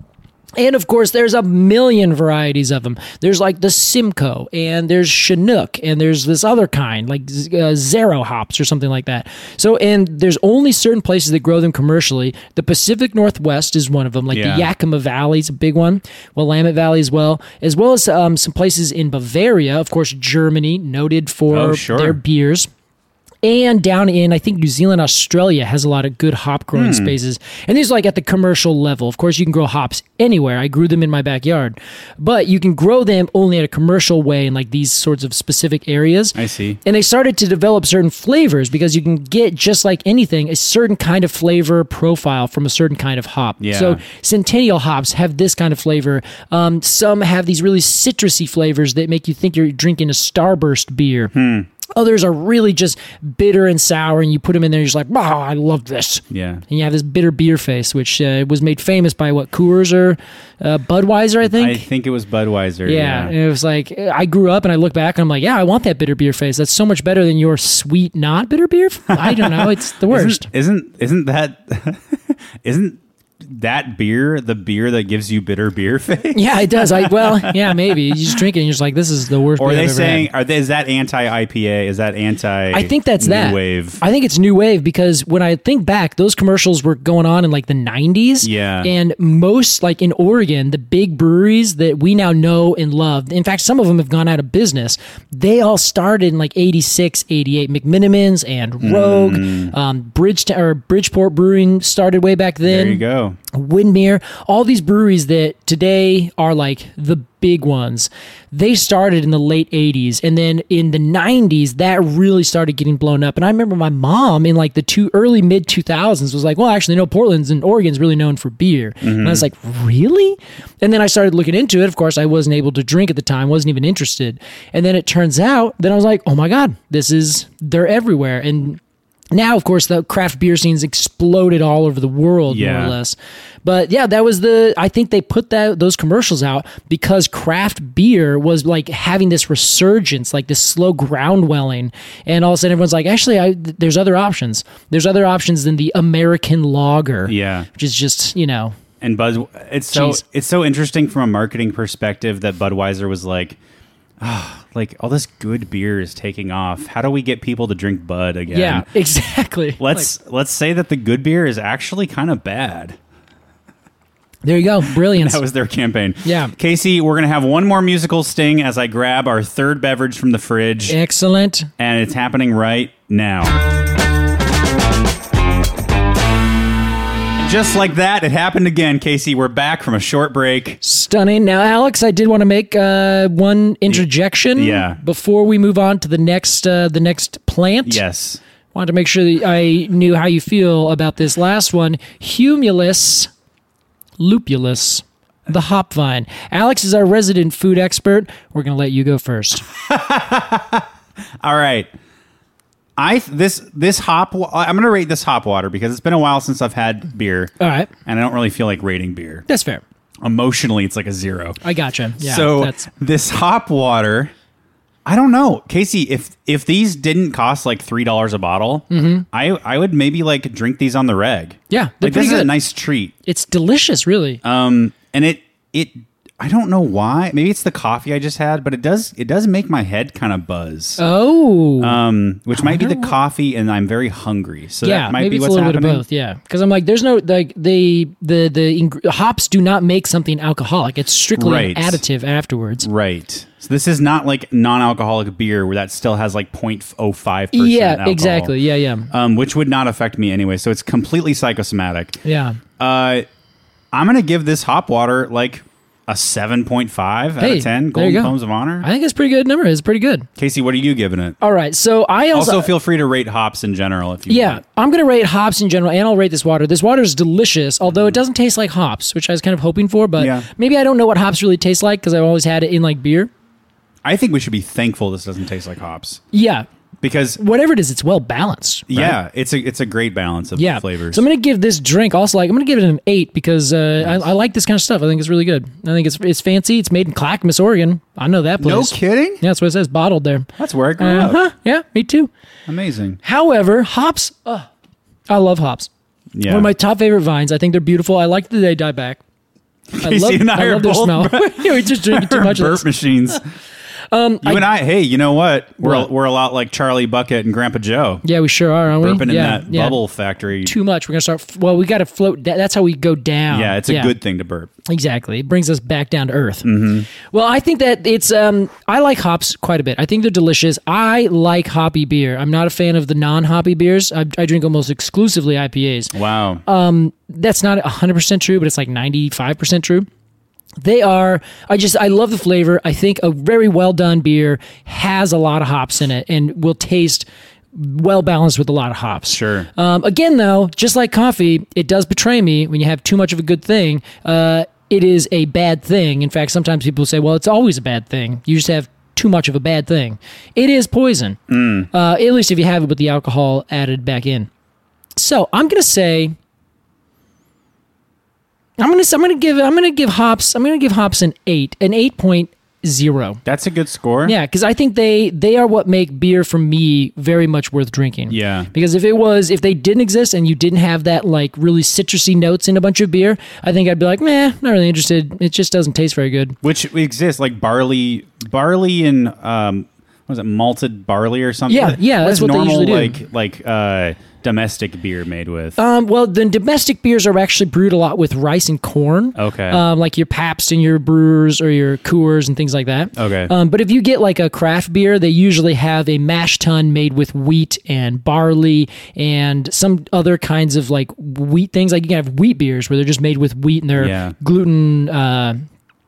[SPEAKER 2] And of course, there's a million varieties of them. There's like the Simcoe, and there's Chinook, and there's this other kind, like Z- uh, Zero hops or something like that. So, and there's only certain places that grow them commercially. The Pacific Northwest is one of them, like
[SPEAKER 1] Yeah.
[SPEAKER 2] the Yakima Valley is a big one, Willamette Valley as well, as well as um, some places in Bavaria, of course, Germany, noted for
[SPEAKER 1] Oh, sure.
[SPEAKER 2] their beers and down in I think New Zealand, Australia has a lot of good hop growing
[SPEAKER 1] Hmm.
[SPEAKER 2] spaces. And these are like at the commercial level. Of course, you can grow hops anywhere. I grew them in my backyard, but you can grow them only in a commercial way in like these sorts of specific areas.
[SPEAKER 1] I see.
[SPEAKER 2] And they started to develop certain flavors because you can get just like anything a certain kind of flavor profile from a certain kind of hop.
[SPEAKER 1] Yeah.
[SPEAKER 2] So Centennial hops have this kind of flavor. Um, some have these really citrusy flavors that make you think you're drinking a Starburst beer. Others are really just bitter and sour, and you put them in there, you're just like, oh, I love this.
[SPEAKER 1] Yeah.
[SPEAKER 2] And you have this bitter beer face, which uh, was made famous by what, Coors or uh, Budweiser, I think?
[SPEAKER 1] I think it was Budweiser.
[SPEAKER 2] yeah. And it was like, I grew up and I look back and I'm like, yeah, I want that bitter beer face. That's so much better than your sweet, not bitter beer. f- I don't know. It's the worst.
[SPEAKER 1] Isn't isn't that isn't that beer the beer that gives you bitter beer face?
[SPEAKER 2] yeah, it does. I Well, yeah, maybe. You just drink it and you're just like, this is the worst
[SPEAKER 1] Or are
[SPEAKER 2] beer
[SPEAKER 1] they
[SPEAKER 2] I've ever had.
[SPEAKER 1] saying are they, is that anti IPA? Is that anti?
[SPEAKER 2] I think that's
[SPEAKER 1] new
[SPEAKER 2] that
[SPEAKER 1] wave.
[SPEAKER 2] I think it's new wave because when I think back, those commercials were going on in like the '90s.
[SPEAKER 1] Yeah.
[SPEAKER 2] and most like in Oregon, the big breweries that we now know and love. In fact, some of them have gone out of business. They all started in like '86, '88. McMinimans and Rogue,
[SPEAKER 1] Mm.
[SPEAKER 2] um, Bridgetown or Bridgeport Brewing started way back then.
[SPEAKER 1] there you go.
[SPEAKER 2] Windmere, all these breweries that today are like the big ones, they started in the late 80s. And then in the 90s, that really started getting blown up. And I remember my mom in like the two early mid 2000s was like, well, actually, no, Portland's and Oregon's really known for beer. And I was like, really? And then I started looking into it. Of course, I wasn't able to drink at the time, wasn't even interested. And then it turns out, then I was like, oh my God, this is, they're everywhere. And now, of course, the craft beer scene's exploded all over the world, more
[SPEAKER 1] Yeah.
[SPEAKER 2] or less. But yeah, that was the. I think they put that those commercials out because craft beer was like having this resurgence, like this slow ground welling, and all of a sudden everyone's like, actually, I, th- there's other options. There's other options than the American lager.
[SPEAKER 1] Yeah.
[SPEAKER 2] which is just you know,
[SPEAKER 1] And Buzz, it's so
[SPEAKER 2] Jeez.
[SPEAKER 1] it's so interesting from a marketing perspective that Budweiser was like, ah, like all this good beer is taking off. How do we get people to drink Bud again?
[SPEAKER 2] yeah, exactly.
[SPEAKER 1] Let's let's say that the good beer is actually kind of bad.
[SPEAKER 2] Like, there you go, brilliance.
[SPEAKER 1] That was their campaign.
[SPEAKER 2] Yeah.
[SPEAKER 1] Casey, we're going to have one more musical sting as I grab our third beverage from the fridge,
[SPEAKER 2] Excellent.
[SPEAKER 1] and it's happening right now. And Just like that, it happened again, Casey. We're back from a short break.
[SPEAKER 2] Stunning. Now, Alex, I did want to make uh, one interjection.
[SPEAKER 1] yeah.
[SPEAKER 2] Before we move on to the next, uh, the next plant.
[SPEAKER 1] Yes.
[SPEAKER 2] Wanted to make sure that I knew how you feel about this last one. Humulus lupulus, the hop vine. Alex is our resident food expert. We're gonna let you go first.
[SPEAKER 1] All right. I this this hop wa- I'm going to rate this hop water because it's been a while since I've had beer.
[SPEAKER 2] All right,
[SPEAKER 1] And I don't really feel like rating beer.
[SPEAKER 2] that's fair.
[SPEAKER 1] Emotionally, it's like a zero.
[SPEAKER 2] I gotcha. Yeah.
[SPEAKER 1] so
[SPEAKER 2] that's,
[SPEAKER 1] this hop water, I don't know, Casey. If if these didn't cost like three dollars a bottle, I I would maybe like drink these on the reg.
[SPEAKER 2] Mm-hmm. Yeah, they're
[SPEAKER 1] like this
[SPEAKER 2] pretty
[SPEAKER 1] is a
[SPEAKER 2] good.
[SPEAKER 1] nice treat.
[SPEAKER 2] it's delicious, really.
[SPEAKER 1] Um, and it it I don't know why. Maybe it's the coffee I just had, but it does it does make my head kind of buzz.
[SPEAKER 2] Oh.
[SPEAKER 1] um, which might be the coffee, and I'm very hungry, so
[SPEAKER 2] yeah,
[SPEAKER 1] that might be
[SPEAKER 2] maybe it's
[SPEAKER 1] what's
[SPEAKER 2] a little
[SPEAKER 1] happening.
[SPEAKER 2] bit of both. Yeah, because I'm like, there's no like the the the ing- hops do not make something alcoholic. It's strictly
[SPEAKER 1] Right.
[SPEAKER 2] an additive afterwards.
[SPEAKER 1] Right. So this is not like non-alcoholic beer where that still has like 0.05 percent.
[SPEAKER 2] Yeah, exactly. Yeah, yeah,
[SPEAKER 1] Um, which would not affect me anyway. So it's completely psychosomatic.
[SPEAKER 2] yeah.
[SPEAKER 1] Uh, I'm gonna give this hop water like a 7.5 out
[SPEAKER 2] Hey,
[SPEAKER 1] of 10.
[SPEAKER 2] there you
[SPEAKER 1] Golden
[SPEAKER 2] go.
[SPEAKER 1] Poems of Honor.
[SPEAKER 2] I think it's a pretty good number. It's pretty good.
[SPEAKER 1] Casey, what are you giving it?
[SPEAKER 2] All right, so I also,
[SPEAKER 1] Also, feel free to rate hops in general if you
[SPEAKER 2] yeah,
[SPEAKER 1] want.
[SPEAKER 2] I'm gonna rate hops in general, and I'll rate this water. This water is delicious, although it doesn't taste like hops, which I was kind of hoping for. But
[SPEAKER 1] Yeah.
[SPEAKER 2] maybe I don't know what hops really taste like because I've always had it in like beer.
[SPEAKER 1] I think we should be thankful this doesn't taste like hops
[SPEAKER 2] Yeah,
[SPEAKER 1] because
[SPEAKER 2] whatever it is, it's well balanced. right?
[SPEAKER 1] yeah, it's a it's a great balance of
[SPEAKER 2] yeah
[SPEAKER 1] flavors.
[SPEAKER 2] So I'm gonna give this drink also like I'm gonna give it an eight because uh, I, I like this kind of stuff. I think it's really good. I think it's it's fancy. It's made in Clackamas, Oregon. I know that
[SPEAKER 1] no
[SPEAKER 2] place.
[SPEAKER 1] kidding. Oh.
[SPEAKER 2] Yeah, that's what it says. Bottled there.
[SPEAKER 1] That's where I grew
[SPEAKER 2] Uh-huh.
[SPEAKER 1] up.
[SPEAKER 2] Yeah, me too.
[SPEAKER 1] Amazing.
[SPEAKER 2] However, hops. ugh, I love hops.
[SPEAKER 1] Yeah.
[SPEAKER 2] One of my top favorite vines. I think they're beautiful. I like that they die back. I
[SPEAKER 1] Casey
[SPEAKER 2] love,
[SPEAKER 1] and I
[SPEAKER 2] I
[SPEAKER 1] are
[SPEAKER 2] love their
[SPEAKER 1] both
[SPEAKER 2] smell.
[SPEAKER 1] bur-
[SPEAKER 2] yeah, we just drinking too much of
[SPEAKER 1] burp
[SPEAKER 2] this.
[SPEAKER 1] machines. um, you and I, hey, you know what? We're
[SPEAKER 2] What?
[SPEAKER 1] we're a lot like Charlie Bucket and Grandpa Joe,
[SPEAKER 2] Yeah, we sure are, aren't we?
[SPEAKER 1] burping
[SPEAKER 2] yeah,
[SPEAKER 1] in that
[SPEAKER 2] yeah.
[SPEAKER 1] bubble factory.
[SPEAKER 2] Too much. We're gonna start. f- Well, we got to float. That, that's how we go down.
[SPEAKER 1] yeah, it's a good Mm-hmm. thing to burp.
[SPEAKER 2] Exactly. It brings us back down to earth. Well, I think that it's um I like hops quite a bit. I think they're delicious. I like hoppy beer. I'm not a fan of the non-hoppy beers. I, I drink almost exclusively IPAs.
[SPEAKER 1] Wow.
[SPEAKER 2] Uh, That's not 100% true, but it's like 95% true. They are I just I love the flavor. I think a very well done beer has a lot of hops in it and will taste well balanced with a lot of hops.
[SPEAKER 1] Sure.
[SPEAKER 2] Um, again, though, just like coffee, it does betray me when you have too much of a good thing. Uh, it is a bad thing. In fact, sometimes people say, well, it's always a bad thing. You just have too much of a bad thing. It is poison, uh, at least if you have it with the alcohol added back in. So I'm going to say. I'm gonna I'm gonna give I'm gonna give hops I'm gonna give hops an eight an eight point zero
[SPEAKER 1] That's a good score.
[SPEAKER 2] yeah, because I think they they are what make beer for me very much worth drinking.
[SPEAKER 1] Yeah.
[SPEAKER 2] Because if it was if they didn't exist and you didn't have that like really citrusy notes in a bunch of beer, I think I'd be like, meh, not really interested. It just doesn't taste very good.
[SPEAKER 1] Which exists like barley, barley and um, what was it malted barley or something?
[SPEAKER 2] Yeah, yeah, that's
[SPEAKER 1] is
[SPEAKER 2] what they
[SPEAKER 1] normal
[SPEAKER 2] usually do.
[SPEAKER 1] like like uh, domestic beer made with.
[SPEAKER 2] Um, well, then domestic beers are actually brewed a lot with rice and corn.
[SPEAKER 1] Okay.
[SPEAKER 2] Um, like your Pabst and your Brewers or your Coors and things like that.
[SPEAKER 1] Okay.
[SPEAKER 2] Um, but if you get like a craft beer, they usually have a mash tun made with wheat and barley and some other kinds of like wheat things. Like you can have wheat beers where they're just made with wheat and they're
[SPEAKER 1] Yeah.
[SPEAKER 2] gluten. Uh,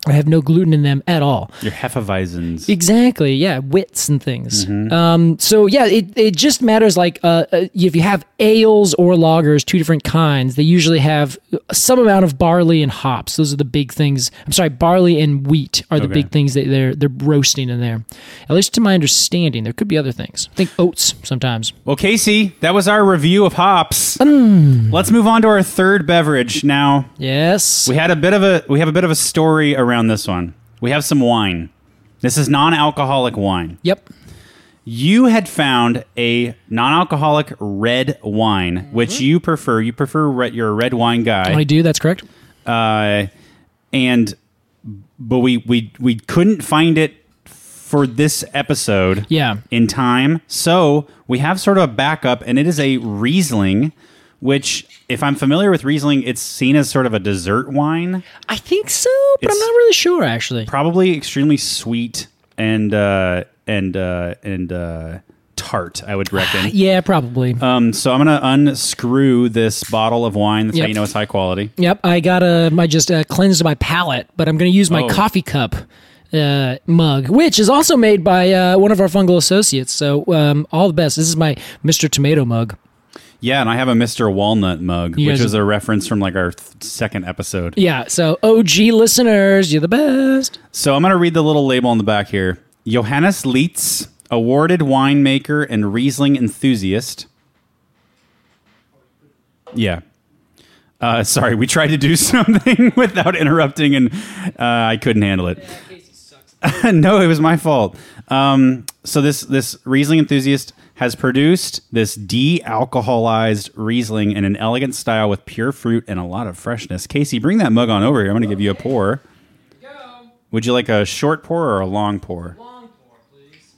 [SPEAKER 2] I have no gluten in them at all.
[SPEAKER 1] Your hefeweizens.
[SPEAKER 2] e- Exactly. Yeah, wits and things.
[SPEAKER 1] Mm-hmm.
[SPEAKER 2] Um, so yeah, it, it just matters. Like uh, uh, if you have ales or lagers, two different kinds, they usually have some amount of barley and hops. Those are the big things. I'm sorry, barley and wheat are the
[SPEAKER 1] Okay.
[SPEAKER 2] big things that they're they're roasting in there. At least to my understanding, there could be other things. I think oats sometimes.
[SPEAKER 1] Well, Casey, that was our review of hops.
[SPEAKER 2] Mm.
[SPEAKER 1] Let's move on to our third beverage now.
[SPEAKER 2] Yes.
[SPEAKER 1] We had a bit of a we have a bit of a story around this one. We have some wine. This is non-alcoholic wine.
[SPEAKER 2] yep.
[SPEAKER 1] You had found a non-alcoholic red wine, which you prefer. You prefer red, you're a red wine
[SPEAKER 2] I
[SPEAKER 1] guy,
[SPEAKER 2] do. That's correct.
[SPEAKER 1] uh, and but we we we couldn't find it for this episode.
[SPEAKER 2] Yeah.
[SPEAKER 1] in time. So we have sort of a backup, and it is a Riesling, which, if I'm familiar with Riesling, it's seen as sort of a dessert wine,
[SPEAKER 2] I think so, but I'm
[SPEAKER 1] It's-
[SPEAKER 2] not really sure actually.
[SPEAKER 1] probably extremely sweet and uh, and uh, and uh, tart. I would reckon.
[SPEAKER 2] Yeah, probably.
[SPEAKER 1] um, so I'm gonna unscrew this bottle of wine. That's how
[SPEAKER 2] Yep.
[SPEAKER 1] you know it's high quality.
[SPEAKER 2] Yep, I got a. I just uh, cleansed my palate, but I'm going to use my
[SPEAKER 1] Oh.
[SPEAKER 2] coffee cup uh, mug, which is also made by uh, one of our fungal associates. So um, all the best. This is my Mr. Tomato mug.
[SPEAKER 1] Yeah, and I have a Mr. Walnut mug,
[SPEAKER 2] You
[SPEAKER 1] which
[SPEAKER 2] guys-
[SPEAKER 1] is a reference from like our th- second episode.
[SPEAKER 2] Yeah. So OG listeners, you're the best.
[SPEAKER 1] So I'm going to read the little label on the back here. Johannes Lietz, awarded winemaker and Riesling enthusiast. Yeah. Uh, sorry, we tried to do something without interrupting, and uh, I couldn't handle it. no, it was my fault. Um, so this this Riesling enthusiast has produced this de-alcoholized Riesling in an elegant style with pure fruit and a lot of freshness. Casey, bring that mug on over here. I'm going to give you a pour. Would you like a short pour or a long pour? Long pour, please.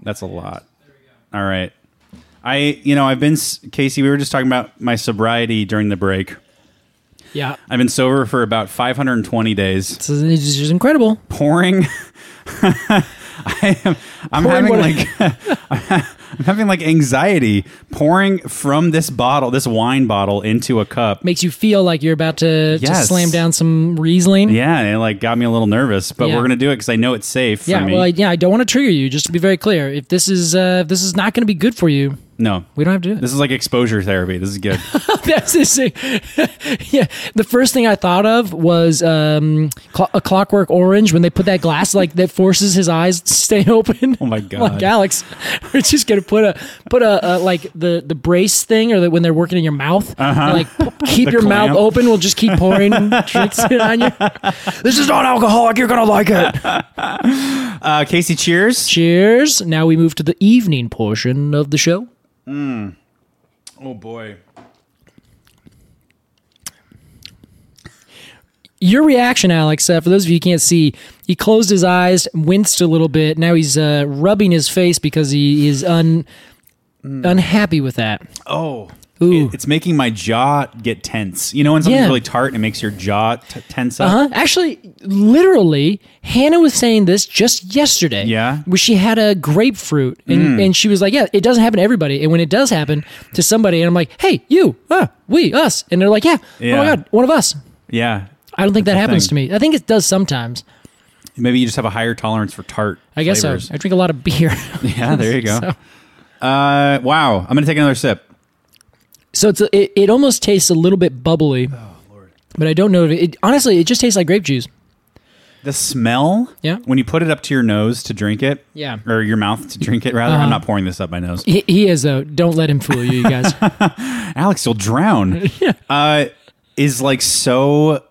[SPEAKER 1] That's a lot. All right. I, you know, I've been, s- Casey, we were just talking about my sobriety during the break.
[SPEAKER 2] Yeah.
[SPEAKER 1] I've been sober for about 520 days.
[SPEAKER 2] This is, this is incredible.
[SPEAKER 1] pouring. I am. I'm
[SPEAKER 2] Pouring
[SPEAKER 1] having
[SPEAKER 2] what-
[SPEAKER 1] like. I'm having like anxiety pouring from this bottle, this wine bottle, into a cup.
[SPEAKER 2] Makes you feel like you're about to, to
[SPEAKER 1] Yes.
[SPEAKER 2] slam down some Riesling.
[SPEAKER 1] Yeah, and it like got me a little nervous, but
[SPEAKER 2] Yeah.
[SPEAKER 1] we're gonna do it because I know it's safe.
[SPEAKER 2] Yeah,
[SPEAKER 1] for me.
[SPEAKER 2] well, I, yeah, I don't want to trigger you. Just to be very clear, if this is uh, if this is not going to be good for you,
[SPEAKER 1] no,
[SPEAKER 2] we don't have to do it.
[SPEAKER 1] This is like exposure therapy. This is good.
[SPEAKER 2] That's the same. yeah. The first thing I thought of was um, cl- a Clockwork Orange when they put that glass like that forces his eyes to stay open.
[SPEAKER 1] Oh my
[SPEAKER 2] like
[SPEAKER 1] God.
[SPEAKER 2] Alex, we're just gonna put a put a uh, like the the brace thing or the, when they're working in your mouth, like p- keep
[SPEAKER 1] The
[SPEAKER 2] your mouth
[SPEAKER 1] clamp.
[SPEAKER 2] open. We'll just keep pouring drinks on you. This is not alcoholic. You're gonna like it.
[SPEAKER 1] Uh, Casey, cheers.
[SPEAKER 2] Cheers. Now we move to the evening portion of the show.
[SPEAKER 1] oh boy.
[SPEAKER 2] your reaction, Alex. Uh, for those of you who can't see, he closed his eyes, winced a little bit. Now he's uh, rubbing his face because he is un unhappy with that.
[SPEAKER 1] Oh.
[SPEAKER 2] Ooh.
[SPEAKER 1] It- it's making my jaw get tense. You know when something's
[SPEAKER 2] Yeah. Uh-huh.
[SPEAKER 1] really tart and it makes your jaw t- tense up.
[SPEAKER 2] Huh? Actually, literally, Hannah was saying this just yesterday.
[SPEAKER 1] Yeah. Mm.
[SPEAKER 2] Where she had a grapefruit and, and she was like, Yeah, it doesn't happen to everybody. And when it does happen to somebody, and I'm like, Hey, you, uh, we, us. And they're like, Yeah, oh my
[SPEAKER 1] Yeah.
[SPEAKER 2] God, one of us.
[SPEAKER 1] Yeah,
[SPEAKER 2] I don't think
[SPEAKER 1] That's
[SPEAKER 2] that
[SPEAKER 1] a
[SPEAKER 2] happens
[SPEAKER 1] thing.
[SPEAKER 2] to me. I think it does sometimes.
[SPEAKER 1] maybe you just have a higher tolerance for tart.
[SPEAKER 2] I guess
[SPEAKER 1] flavors.
[SPEAKER 2] so. I drink a lot of beer.
[SPEAKER 1] Yeah, there you go. Uh, wow, I'm gonna take another sip.
[SPEAKER 2] So it's it, it almost tastes a little bit bubbly.
[SPEAKER 1] Oh,
[SPEAKER 2] But I don't know if it, it- honestly it just tastes like grape juice.
[SPEAKER 1] The smell,
[SPEAKER 2] Yeah.
[SPEAKER 1] when you put it up to your nose to drink it,
[SPEAKER 2] Yeah. Uh-huh.
[SPEAKER 1] or your mouth to drink it. Rather, I'm not pouring this up my nose.
[SPEAKER 2] He, he is though. Don't let him fool you, you guys.
[SPEAKER 1] Alex, you'll drown. uh, is like so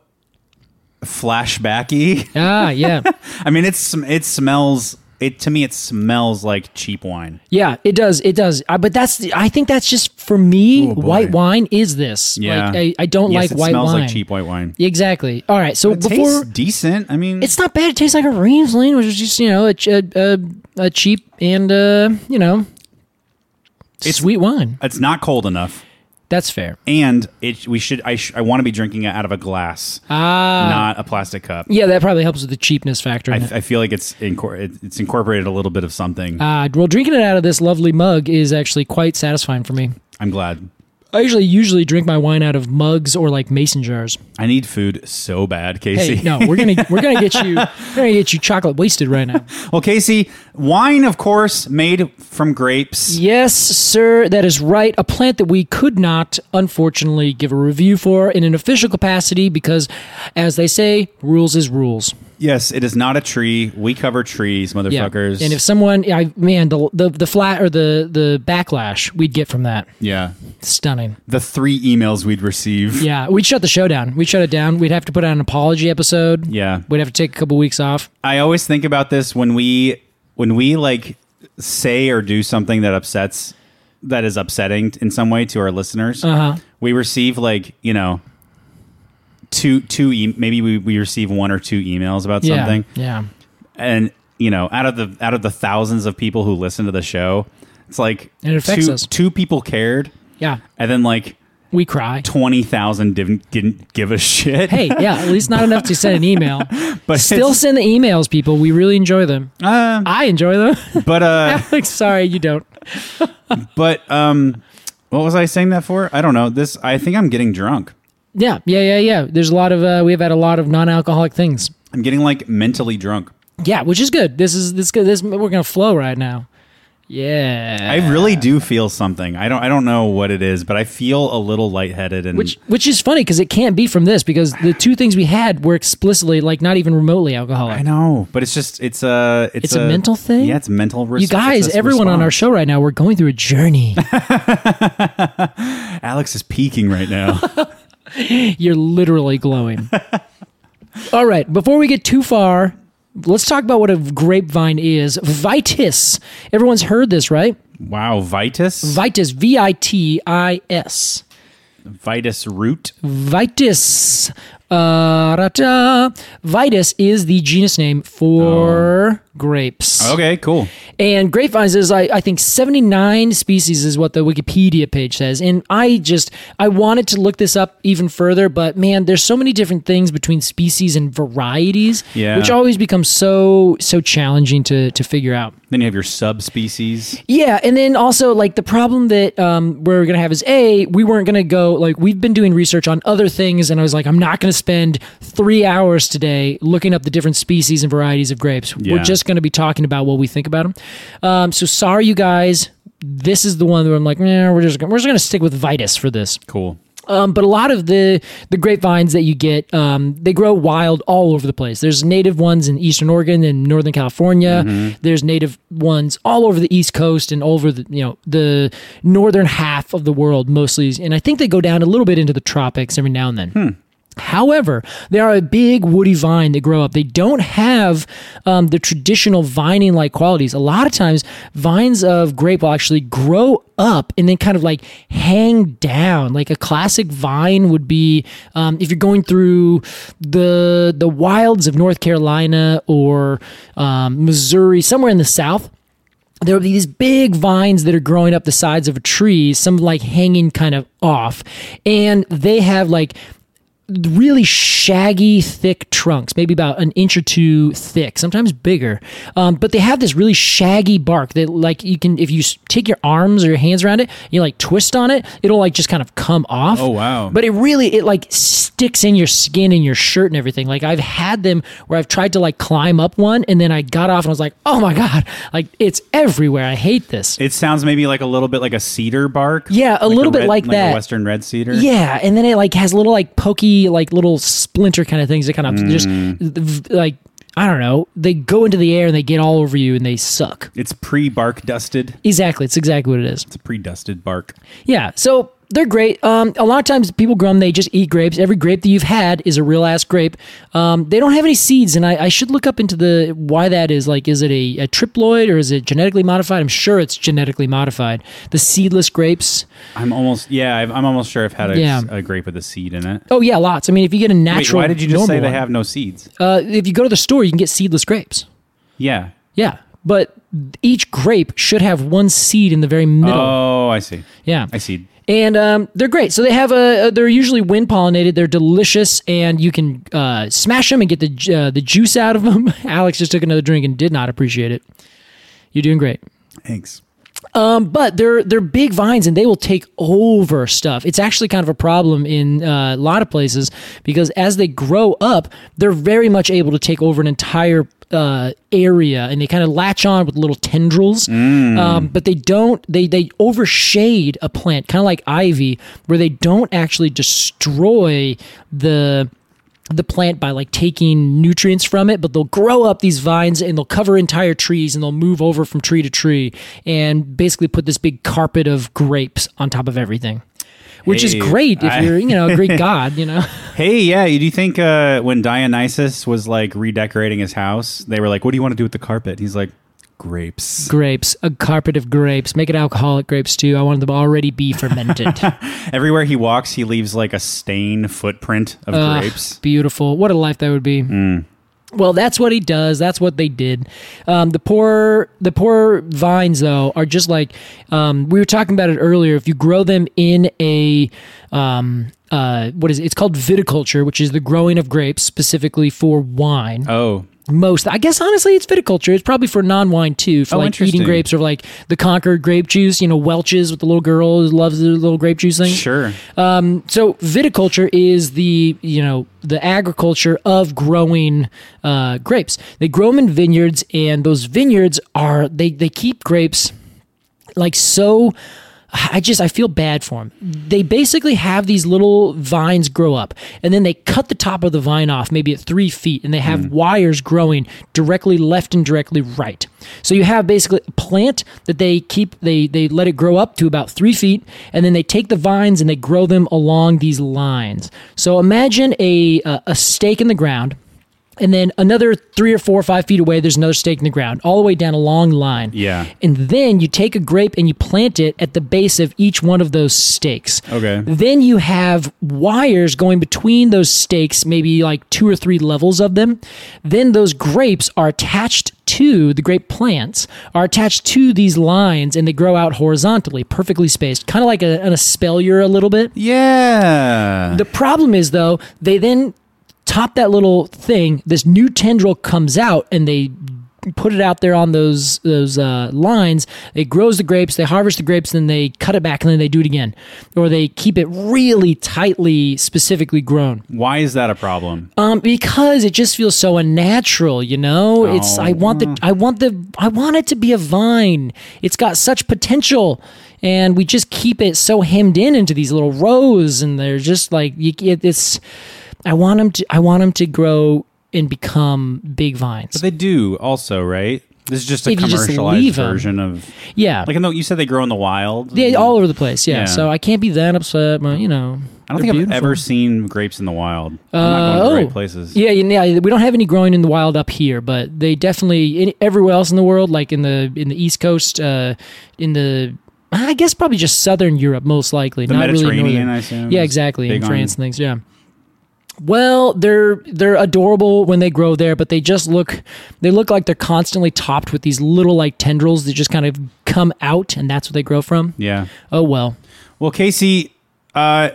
[SPEAKER 1] flashbacky.
[SPEAKER 2] ah, yeah.
[SPEAKER 1] I mean, it's it smells. It to me, it smells like cheap wine.
[SPEAKER 2] Yeah, it does. It does. I, but that's the- I think that's just for me
[SPEAKER 1] Oh, boy.
[SPEAKER 2] white wine is this.
[SPEAKER 1] Yeah,
[SPEAKER 2] Like I, I don't
[SPEAKER 1] Yes,
[SPEAKER 2] like
[SPEAKER 1] it
[SPEAKER 2] white
[SPEAKER 1] smells
[SPEAKER 2] wine.
[SPEAKER 1] like cheap white wine.
[SPEAKER 2] Exactly. All right. So
[SPEAKER 1] It
[SPEAKER 2] before
[SPEAKER 1] tastes decent. I mean,
[SPEAKER 2] it's not bad. It tastes like a Riesling, which is just, you know, a ch- a, a, a cheap and uh, you know, sweet wine.
[SPEAKER 1] it's not cold enough.
[SPEAKER 2] That's fair.
[SPEAKER 1] And it, we should. I, sh- I want to be drinking it out of a glass,
[SPEAKER 2] Ah.
[SPEAKER 1] not a plastic cup.
[SPEAKER 2] Yeah, that probably helps with the cheapness factor.
[SPEAKER 1] I,
[SPEAKER 2] in it.
[SPEAKER 1] I feel like it's incor- it- it's incorporated a little bit of something.
[SPEAKER 2] Uh, well, drinking it out of this lovely mug is actually quite satisfying for me.
[SPEAKER 1] I'm glad.
[SPEAKER 2] I usually usually drink my wine out of mugs or like mason jars.
[SPEAKER 1] I need food so bad, Casey.
[SPEAKER 2] Hey, no, we're gonna we're gonna get you we're gonna get you chocolate wasted right now.
[SPEAKER 1] well, Casey, wine, of course, made from grapes.
[SPEAKER 2] Yes, sir, that is right. A plant that we could not, unfortunately, give a review for in an official capacity because, as they say, rules is rules.
[SPEAKER 1] Yes, it is not a tree. We cover trees, motherfuckers.
[SPEAKER 2] And if someone, I man, the the, the flat or the the backlash we'd get from that,
[SPEAKER 1] yeah,
[SPEAKER 2] stunning.
[SPEAKER 1] the three emails we'd receive.
[SPEAKER 2] Yeah, we'd shut the show down. We'd shut it down. We'd have to put out an apology episode.
[SPEAKER 1] Yeah.
[SPEAKER 2] We'd have to take a couple weeks off.
[SPEAKER 1] I always think about this when we when we like say or do something that upsets that is upsetting in some way to our listeners. Uh-huh. We receive like you know two two e- maybe we, we receive one or two emails about
[SPEAKER 2] Yeah.
[SPEAKER 1] something,
[SPEAKER 2] Yeah.
[SPEAKER 1] and you know out of the out of the thousands of people who listen to the show, it's like
[SPEAKER 2] It affects
[SPEAKER 1] two,
[SPEAKER 2] us.
[SPEAKER 1] two people cared,
[SPEAKER 2] Yeah.
[SPEAKER 1] and then like
[SPEAKER 2] We cry.
[SPEAKER 1] twenty thousand didn't didn't give a shit.
[SPEAKER 2] Hey, yeah, at least not enough to send an email.
[SPEAKER 1] but
[SPEAKER 2] Still
[SPEAKER 1] it's-
[SPEAKER 2] send the emails, people. We really enjoy them.
[SPEAKER 1] uh,
[SPEAKER 2] I enjoy them.
[SPEAKER 1] but uh.
[SPEAKER 2] like, sorry, you don't.
[SPEAKER 1] But um, what was I saying that for? I don't know. This I think I'm getting drunk.
[SPEAKER 2] Yeah, yeah, yeah, yeah. There's a lot of uh, we've had a lot of non-alcoholic things.
[SPEAKER 1] I'm getting like mentally drunk.
[SPEAKER 2] Yeah, which is good. This is this good. This we're gonna flow right now. Yeah.
[SPEAKER 1] I really do feel something. I don't I don't know what it is, but I feel a little lightheaded and
[SPEAKER 2] which which is funny because it can't be from this because the two things we had were explicitly like not even remotely alcoholic.
[SPEAKER 1] I know, but it's just it's a it's,
[SPEAKER 2] It's a mental thing?
[SPEAKER 1] Yeah, it's mental. Res-
[SPEAKER 2] You guys,
[SPEAKER 1] it's a
[SPEAKER 2] everyone on our
[SPEAKER 1] response.
[SPEAKER 2] show right now, we're going through a journey.
[SPEAKER 1] Alex is peaking right now.
[SPEAKER 2] You're literally glowing. All right, before we get too far, let's talk about what a grapevine is. Vitis. Everyone's heard this, right?
[SPEAKER 1] wow, vitis,
[SPEAKER 2] Vitis, V I T I S.
[SPEAKER 1] vitis root.
[SPEAKER 2] Vitis. Uh, da-da. Vitis is the genus name for grapes.
[SPEAKER 1] Okay, cool.
[SPEAKER 2] And grapevines is, I, I think, 79 species is what the Wikipedia page says. And I just, I wanted to look this up even further, but man, there's so many different things between species and varieties,
[SPEAKER 1] Yeah.
[SPEAKER 2] which always becomes so, so challenging to, to figure out.
[SPEAKER 1] Then you have your subspecies.
[SPEAKER 2] Yeah, and then also like the problem that um, we're gonna have is a we weren't gonna go like we've been doing research on other things, and I was like I'm not gonna spend three hours today looking up the different species and varieties of grapes.
[SPEAKER 1] Yeah.
[SPEAKER 2] We're just gonna be talking about what we think about them. Um, so sorry, you guys. This is the one where I'm like, nah, we're just gonna, we're just gonna stick with vitis for this.
[SPEAKER 1] Cool.
[SPEAKER 2] Um, but a lot of the the grapevines that you get, um, they grow wild all over the place. There's native ones in Eastern Oregon and Northern California. There's native ones all over the East Coast and over the you know the northern half of the world mostly. And I think they go down a little bit into the tropics every now and then. However, they are a big woody vine that grow up. They don't have um, the traditional vining like qualities. A lot of times, vines of grape will actually grow up and then kind of like hang down. Like a classic vine would be um, if you're going through the the wilds of North Carolina or um, Missouri, somewhere in the South there will be these big vines that are growing up the sides of a tree, some like hanging kind of off. And they have like really shaggy, thick trunks, maybe about an inch or two thick, sometimes bigger. Um, but they have this really shaggy bark that, like, you can, if you s- take your arms or your hands around it, you like twist on it, it'll like just kind of come off.
[SPEAKER 1] Oh, wow.
[SPEAKER 2] But it really, it like sticks in your skin and your shirt and everything. Like, I've had them where I've tried to like climb up one and then I got off and I was like, oh my God, like it's everywhere. I hate this.
[SPEAKER 1] It sounds maybe like a little bit like a cedar bark.
[SPEAKER 2] Yeah, a little bit
[SPEAKER 1] red-
[SPEAKER 2] like
[SPEAKER 1] A
[SPEAKER 2] that.
[SPEAKER 1] Western red cedar.
[SPEAKER 2] Yeah, and then it like has little like pokey like little splinter kind of things that kind of just v- like I don't know. They go into the air and they get all over you and they suck.
[SPEAKER 1] It's pre bark dusted.
[SPEAKER 2] Exactly, it's exactly what it is.
[SPEAKER 1] It's a pre dusted bark.
[SPEAKER 2] Yeah, so they're great. Um, a lot of times people grow them. They just eat grapes. Every grape that you've had is a real ass grape. Um, they don't have any seeds, and I, I should look up into the why that is. Like, is it a, a triploid or is it genetically modified? I'm sure it's genetically modified. The seedless grapes.
[SPEAKER 1] I'm almost, yeah, I've, I'm almost sure I've had a,
[SPEAKER 2] Yeah.
[SPEAKER 1] a grape with a seed in it.
[SPEAKER 2] Oh yeah, lots. I mean, if you get a
[SPEAKER 1] Wait,
[SPEAKER 2] natural,
[SPEAKER 1] why did you just
[SPEAKER 2] normal
[SPEAKER 1] say they
[SPEAKER 2] one-
[SPEAKER 1] have no seeds?
[SPEAKER 2] Uh, if you go to the store, you can get seedless grapes.
[SPEAKER 1] Yeah.
[SPEAKER 2] Yeah, but each grape should have one seed in the very middle.
[SPEAKER 1] Oh, I see.
[SPEAKER 2] yeah,
[SPEAKER 1] I see.
[SPEAKER 2] and um, they're great. So they have a. They're usually wind pollinated. They're delicious, and you can uh, smash them and get the ju- uh, the juice out of them. Alex just took another drink and did not appreciate it. You're doing great.
[SPEAKER 1] Thanks.
[SPEAKER 2] But they're they're big vines and they will take over stuff. It's actually kind of a problem in uh, a lot of places because as they grow up, they're very much able to take over an entire uh, area and they kind of latch on with little tendrils. Um, but they don't they they overshade a plant, kind of like ivy, where they don't actually destroy the the plant by like taking nutrients from it, but they'll grow up these vines and they'll cover entire trees and they'll move over from tree to tree and basically put this big carpet of grapes on top of everything. Which
[SPEAKER 1] Hey,
[SPEAKER 2] is great if
[SPEAKER 1] I-
[SPEAKER 2] you're, you know, a Greek god, you know.
[SPEAKER 1] Hey, yeah. Do you think uh, when Dionysus was like redecorating his house, they were like, "What do you want to do with the carpet?" He's like, "Grapes."
[SPEAKER 2] Grapes, a carpet of grapes. Make it alcoholic grapes too. I want them to already be fermented.
[SPEAKER 1] Everywhere he walks, he leaves like a stain footprint of
[SPEAKER 2] Ugh,
[SPEAKER 1] grapes.
[SPEAKER 2] Ah,
[SPEAKER 1] Mm.
[SPEAKER 2] Beautiful. What a life that would be. Well, that's what he does. That's what they did. Um, the poor, the poor vines though are just like um, we were talking about it earlier. If you grow them in a um, uh, what is it? It's called viticulture, which is the growing of grapes specifically for wine.
[SPEAKER 1] Oh,
[SPEAKER 2] Most, I guess, honestly, it's viticulture. It's probably for non-wine too, for
[SPEAKER 1] Oh,
[SPEAKER 2] like eating
[SPEAKER 1] interesting.
[SPEAKER 2] grapes or like the Concord grape juice. You know, Welch's with the little girl who loves the little grape juice thing
[SPEAKER 1] sure.
[SPEAKER 2] Uh, so viticulture is the you know the agriculture of growing uh, grapes they grow them in vineyards and those vineyards are they they keep grapes like so I just I feel bad for them. They basically have these little vines grow up, and then they cut the top of the vine off, maybe at three feet, and they have wires growing directly left and directly right. So you have basically a plant that they keep they they let it grow up to about three feet, and then they take the vines and they grow them along these lines. So imagine a a, a stake in the ground And then another three or four or five feet away, there's another stake in the ground, all the way down a long line.
[SPEAKER 1] Yeah.
[SPEAKER 2] And then you take a grape and you plant it at the base of each one of those stakes.
[SPEAKER 1] Okay.
[SPEAKER 2] Then you have wires going between those stakes, maybe like two or three levels of them. Then those grapes are attached to the grape plants, are attached to these lines, and they grow out horizontally, perfectly spaced, kind of like a, an espalier a little bit.
[SPEAKER 1] Yeah.
[SPEAKER 2] The problem is though, they then top that little thing. This new tendril comes out, and they put it out there on those those uh, lines. It grows the grapes. They harvest the grapes, then they cut it back, and then they do it again, or they keep it really tightly, specifically grown.
[SPEAKER 1] Why is that a problem?
[SPEAKER 2] Um, because it just feels so unnatural, you know. It's I want
[SPEAKER 1] Oh,
[SPEAKER 2] the
[SPEAKER 1] hmm.
[SPEAKER 2] I want the I want it to be a vine. It's got such potential, and we just keep it so hemmed in into these little rows, and they're just like you, it, it's. I want them to I want 'em to grow and become big vines.
[SPEAKER 1] But they do also, right? This is just a
[SPEAKER 2] If you just
[SPEAKER 1] commercialized
[SPEAKER 2] leave 'em.
[SPEAKER 1] version of
[SPEAKER 2] yeah,
[SPEAKER 1] like no, you said they grow in the wild.
[SPEAKER 2] they all over the place. Yeah,
[SPEAKER 1] Yeah.
[SPEAKER 2] so I can't be that upset. But, you know,
[SPEAKER 1] I don't
[SPEAKER 2] they're
[SPEAKER 1] think
[SPEAKER 2] beautiful.
[SPEAKER 1] I've ever seen grapes in the wild. I'm
[SPEAKER 2] Uh,
[SPEAKER 1] not going to the
[SPEAKER 2] oh.
[SPEAKER 1] right places.
[SPEAKER 2] Yeah, yeah, yeah, we don't have any growing in the wild up here, but they definitely in, everywhere else in the world, like in the in the East Coast, uh, in the I guess probably just Southern Europe, most likely.
[SPEAKER 1] The
[SPEAKER 2] not really
[SPEAKER 1] Mediterranean,
[SPEAKER 2] northern.
[SPEAKER 1] I assume,
[SPEAKER 2] Yeah,
[SPEAKER 1] is
[SPEAKER 2] exactly. In
[SPEAKER 1] big on-
[SPEAKER 2] France and things. Yeah. Well, they're they're adorable when they grow there, but they just look they look like they're constantly topped with these little like tendrils that just kind of come out, and that's what they grow from.
[SPEAKER 1] Yeah.
[SPEAKER 2] Oh well.
[SPEAKER 1] Well, Casey, uh,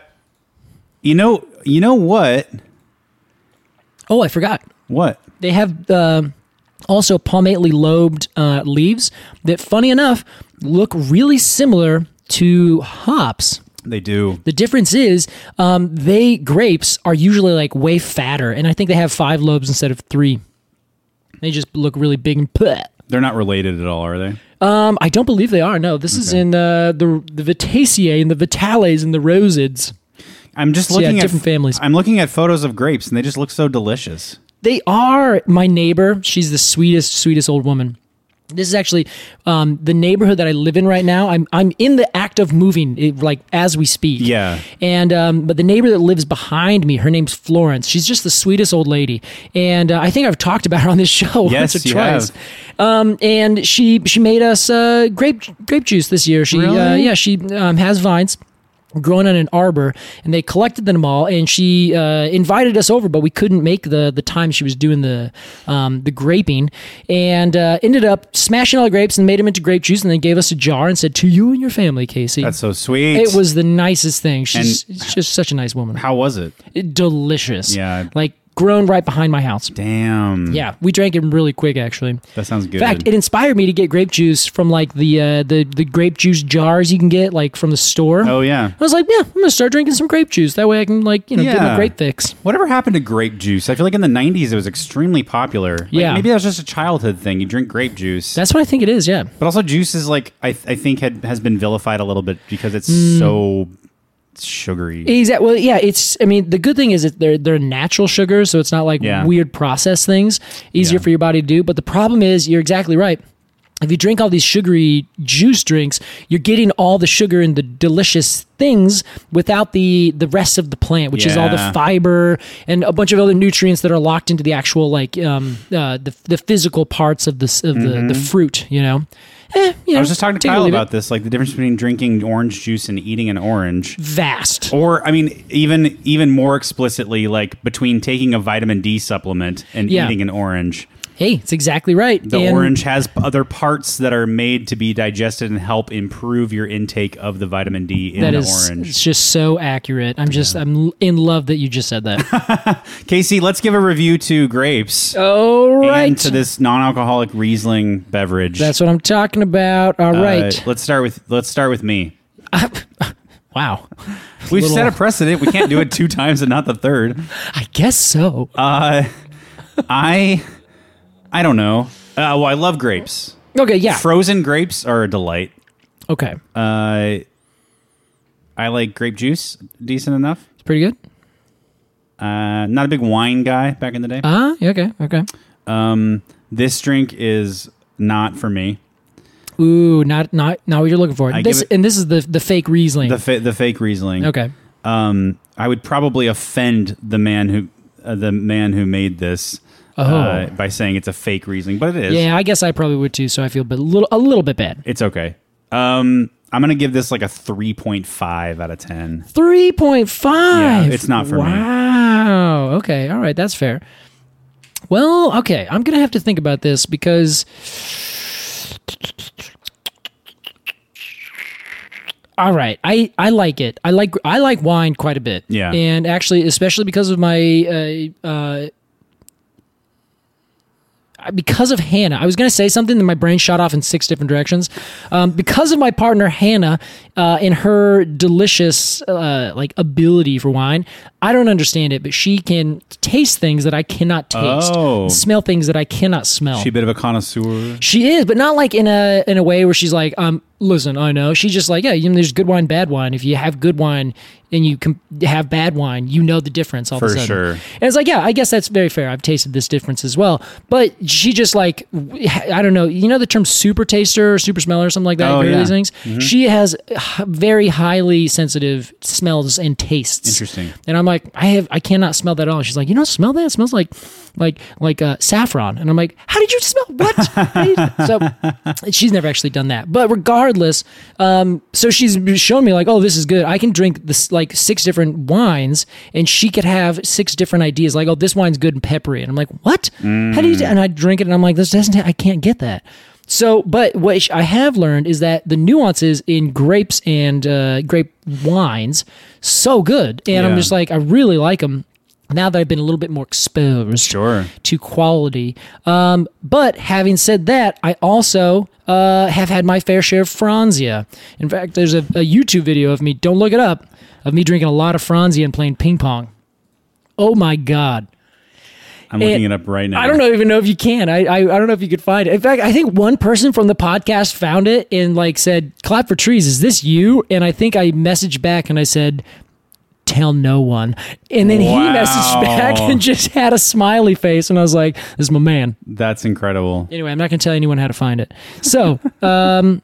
[SPEAKER 1] you know, you know what?
[SPEAKER 2] Oh, I forgot.
[SPEAKER 1] What?
[SPEAKER 2] They have uh, also palmately lobed uh, leaves that, funny enough, look really similar to hops.
[SPEAKER 1] They do.
[SPEAKER 2] The difference is um, they grapes are usually like way fatter, and I think they have five lobes instead of three. They just look really big and bleh.
[SPEAKER 1] They're not related at all, are they?
[SPEAKER 2] Um, I don't believe they are. No, this is in uh, the the Vitaceae and the Vitales and the Rosids.
[SPEAKER 1] I'm just
[SPEAKER 2] So, yeah,
[SPEAKER 1] looking at
[SPEAKER 2] different families.
[SPEAKER 1] I'm looking at photos of grapes, and they just look so delicious.
[SPEAKER 2] They are my neighbor. She's the sweetest, sweetest old woman. This is actually um, the neighborhood that I live in right now. I'm I'm in the act of moving, it, like as we speak.
[SPEAKER 1] Yeah.
[SPEAKER 2] And um, but the neighbor that lives behind me, her name's Florence. She's just the sweetest old lady, and uh, I think I've talked about her on this show
[SPEAKER 1] Yes,
[SPEAKER 2] once or
[SPEAKER 1] you
[SPEAKER 2] twice.
[SPEAKER 1] have.
[SPEAKER 2] Um, and she she made us uh, grape grape juice this year. She uh,
[SPEAKER 1] Really?
[SPEAKER 2] yeah she um, has vines growing in an arbor and they collected them all and she uh, invited us over but we couldn't make the the time she was doing the um, the graping and uh, ended up smashing all the grapes and made them into grape juice and then gave us a jar and said to you and your family casey
[SPEAKER 1] That's so sweet.
[SPEAKER 2] it was the nicest thing she's just such a nice woman
[SPEAKER 1] How was it?
[SPEAKER 2] delicious
[SPEAKER 1] Yeah.
[SPEAKER 2] like grown right behind my house
[SPEAKER 1] Damn.
[SPEAKER 2] yeah we drank it really quick actually
[SPEAKER 1] That sounds good.
[SPEAKER 2] in fact, it inspired me to get grape juice from like the uh, the the grape juice jars you can get like from the store.
[SPEAKER 1] oh yeah.
[SPEAKER 2] I was like, yeah, I'm gonna start drinking some grape juice. That way I can like, you know, get my
[SPEAKER 1] Yeah.
[SPEAKER 2] grape fix.
[SPEAKER 1] Whatever happened to grape juice? I feel like in the '90s it was extremely popular. Like,
[SPEAKER 2] Yeah.
[SPEAKER 1] Maybe that was just a childhood thing. You drink grape juice.
[SPEAKER 2] That's what I think it is, yeah.
[SPEAKER 1] But also, juice is like I, I think had has been vilified a little bit because it's so sugary.
[SPEAKER 2] Exactly. Well, Mm. yeah, it's I mean, the good thing is that they're they're natural sugars, so it's not like
[SPEAKER 1] Yeah.
[SPEAKER 2] weird processed things. Easier
[SPEAKER 1] Yeah.
[SPEAKER 2] for your body to do. But the problem is you're exactly right. If you drink all these sugary juice drinks, you're getting all the sugar and the delicious things without the the rest of the plant, which is all the
[SPEAKER 1] Yeah.
[SPEAKER 2] fiber and a bunch of other nutrients that are locked into the actual like um uh, the the physical parts of this of the, the fruit. You know. Eh, you know,
[SPEAKER 1] Mm-hmm. I was just talking to
[SPEAKER 2] take it or
[SPEAKER 1] Kyle
[SPEAKER 2] leave it.
[SPEAKER 1] about this, like the difference between drinking orange juice and eating an orange.
[SPEAKER 2] vast.
[SPEAKER 1] Or I mean, even even more explicitly, like between taking a vitamin D supplement and
[SPEAKER 2] Yeah.
[SPEAKER 1] eating an orange.
[SPEAKER 2] Hey, it's exactly right.
[SPEAKER 1] The
[SPEAKER 2] And-
[SPEAKER 1] orange has other parts that are made to be digested and help improve your intake of the vitamin D in
[SPEAKER 2] That
[SPEAKER 1] the
[SPEAKER 2] is
[SPEAKER 1] orange.
[SPEAKER 2] It's just so accurate. I'm just I'm in love that you just said that.
[SPEAKER 1] Casey, let's give a review to grapes
[SPEAKER 2] All
[SPEAKER 1] and to this non-alcoholic Riesling beverage.
[SPEAKER 2] That's what I'm talking about. All
[SPEAKER 1] Uh,
[SPEAKER 2] right.
[SPEAKER 1] Let's start with let's start with me.
[SPEAKER 2] Wow.
[SPEAKER 1] We've
[SPEAKER 2] little-
[SPEAKER 1] set a precedent. We can't do it two times and not the third.
[SPEAKER 2] I guess so.
[SPEAKER 1] Uh, I I don't know. Uh, well, I love grapes.
[SPEAKER 2] okay, yeah.
[SPEAKER 1] Frozen grapes are a delight.
[SPEAKER 2] okay.
[SPEAKER 1] Uh, I like grape juice, decent enough.
[SPEAKER 2] It's pretty good.
[SPEAKER 1] Uh, not a big wine guy back in the day.
[SPEAKER 2] Ah, yeah, okay. Okay.
[SPEAKER 1] this drink is not for me.
[SPEAKER 2] Ooh, not not not what you're looking for.
[SPEAKER 1] I
[SPEAKER 2] this
[SPEAKER 1] give it-
[SPEAKER 2] and this is the the fake Riesling.
[SPEAKER 1] The fa- the fake Riesling.
[SPEAKER 2] okay.
[SPEAKER 1] Um, I would probably offend the man who uh, the man who made this. uh, by saying it's a fake reasoning, but it is.
[SPEAKER 2] Oh. Yeah, I guess I probably would too. So I feel a little a little bit bad.
[SPEAKER 1] It's okay. Um, I'm going to give this like a 3.5 out of 10.
[SPEAKER 2] Three point five.
[SPEAKER 1] Yeah, it's not for me.
[SPEAKER 2] Wow. Okay. All right. That's fair. Well, okay. I'm gonna have to think about this because. All right, I, I like it. I like I like wine quite a bit.
[SPEAKER 1] Yeah.
[SPEAKER 2] and actually, especially because of my uh, uh, because of Hannah, I was going to say something, then my brain shot off in six different directions. Um, because of my partner Hannah uh, and her delicious uh, like ability for wine, I don't understand it, but she can taste things that I cannot taste,
[SPEAKER 1] Oh.
[SPEAKER 2] smell things that I cannot smell.
[SPEAKER 1] She a
[SPEAKER 2] She,
[SPEAKER 1] bit of a connoisseur.
[SPEAKER 2] is, but not like in a in a way where she's like, um, listen, I know. She's just like, yeah, you know, there's good wine, bad wine. If you have good wine and you com- have bad wine, you know the difference. All of
[SPEAKER 1] For
[SPEAKER 2] a sudden.
[SPEAKER 1] sure.
[SPEAKER 2] And it's like, yeah, I guess that's very fair. I've tasted this difference as well. But she just like, I don't know, you know the term super taster or super smeller or something like that?
[SPEAKER 1] Oh,
[SPEAKER 2] You've heard of
[SPEAKER 1] yeah.
[SPEAKER 2] these things? She has h- very highly sensitive smells and tastes.
[SPEAKER 1] Interesting.
[SPEAKER 2] And I'm like, I have, I cannot smell that at all. She's like, you don't smell that? It smells like, like, like uh, saffron. And I'm like, how did you smell what? How did you- so she's never actually done that. But regardless, um, so she's shown me like, oh, this is good. I can drink this like six different wines, and she could have six different ideas. Like, oh, this wine's good and peppery, and I'm like, what? How do you? do-" And I drink it, and I'm like, this doesn't. I can't get that. So, but what sh- I have learned is that the nuances in grapes and uh, grape wines so good, and I'm
[SPEAKER 1] Yeah.
[SPEAKER 2] just like, I really like them. Now that I've been a little bit more exposed,
[SPEAKER 1] Sure.
[SPEAKER 2] to quality. Um, but having said that, I also uh, have had my fair share of Franzia. In fact, there's a, a YouTube video of me, don't look it up, of me drinking a lot of Franzia and playing ping pong. Oh my God.
[SPEAKER 1] I'm looking
[SPEAKER 2] It-
[SPEAKER 1] it up right now.
[SPEAKER 2] I don't know, even know if you can. I, I I don't know if you could find it. In fact, I think one person from the podcast found it and like said, "Clap for trees." Is this you? And I think I messaged back and I said, "Tell no one." And then
[SPEAKER 1] Wow.
[SPEAKER 2] he messaged back and just had a smiley face, and I was like, "This is my man."
[SPEAKER 1] That's incredible.
[SPEAKER 2] Anyway, I'm not going to tell anyone how to find it. So, um,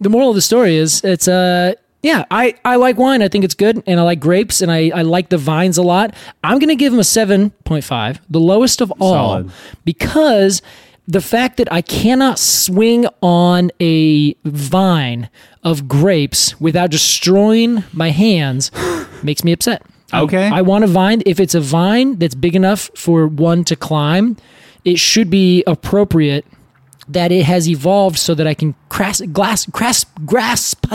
[SPEAKER 2] the moral of the story is it's uh yeah, I, I like wine. I think it's good. And I like grapes and I, I like the vines a lot. I'm going to give them a 7.5, the lowest of all,
[SPEAKER 1] Solid.
[SPEAKER 2] because the fact that I cannot swing on a vine of grapes without destroying my hands makes me upset. I-
[SPEAKER 1] Okay.
[SPEAKER 2] I want a vine. If it's a vine that's big enough for one to climb, it should be appropriate that it has evolved so that I can cras- glass, grasp, grasp,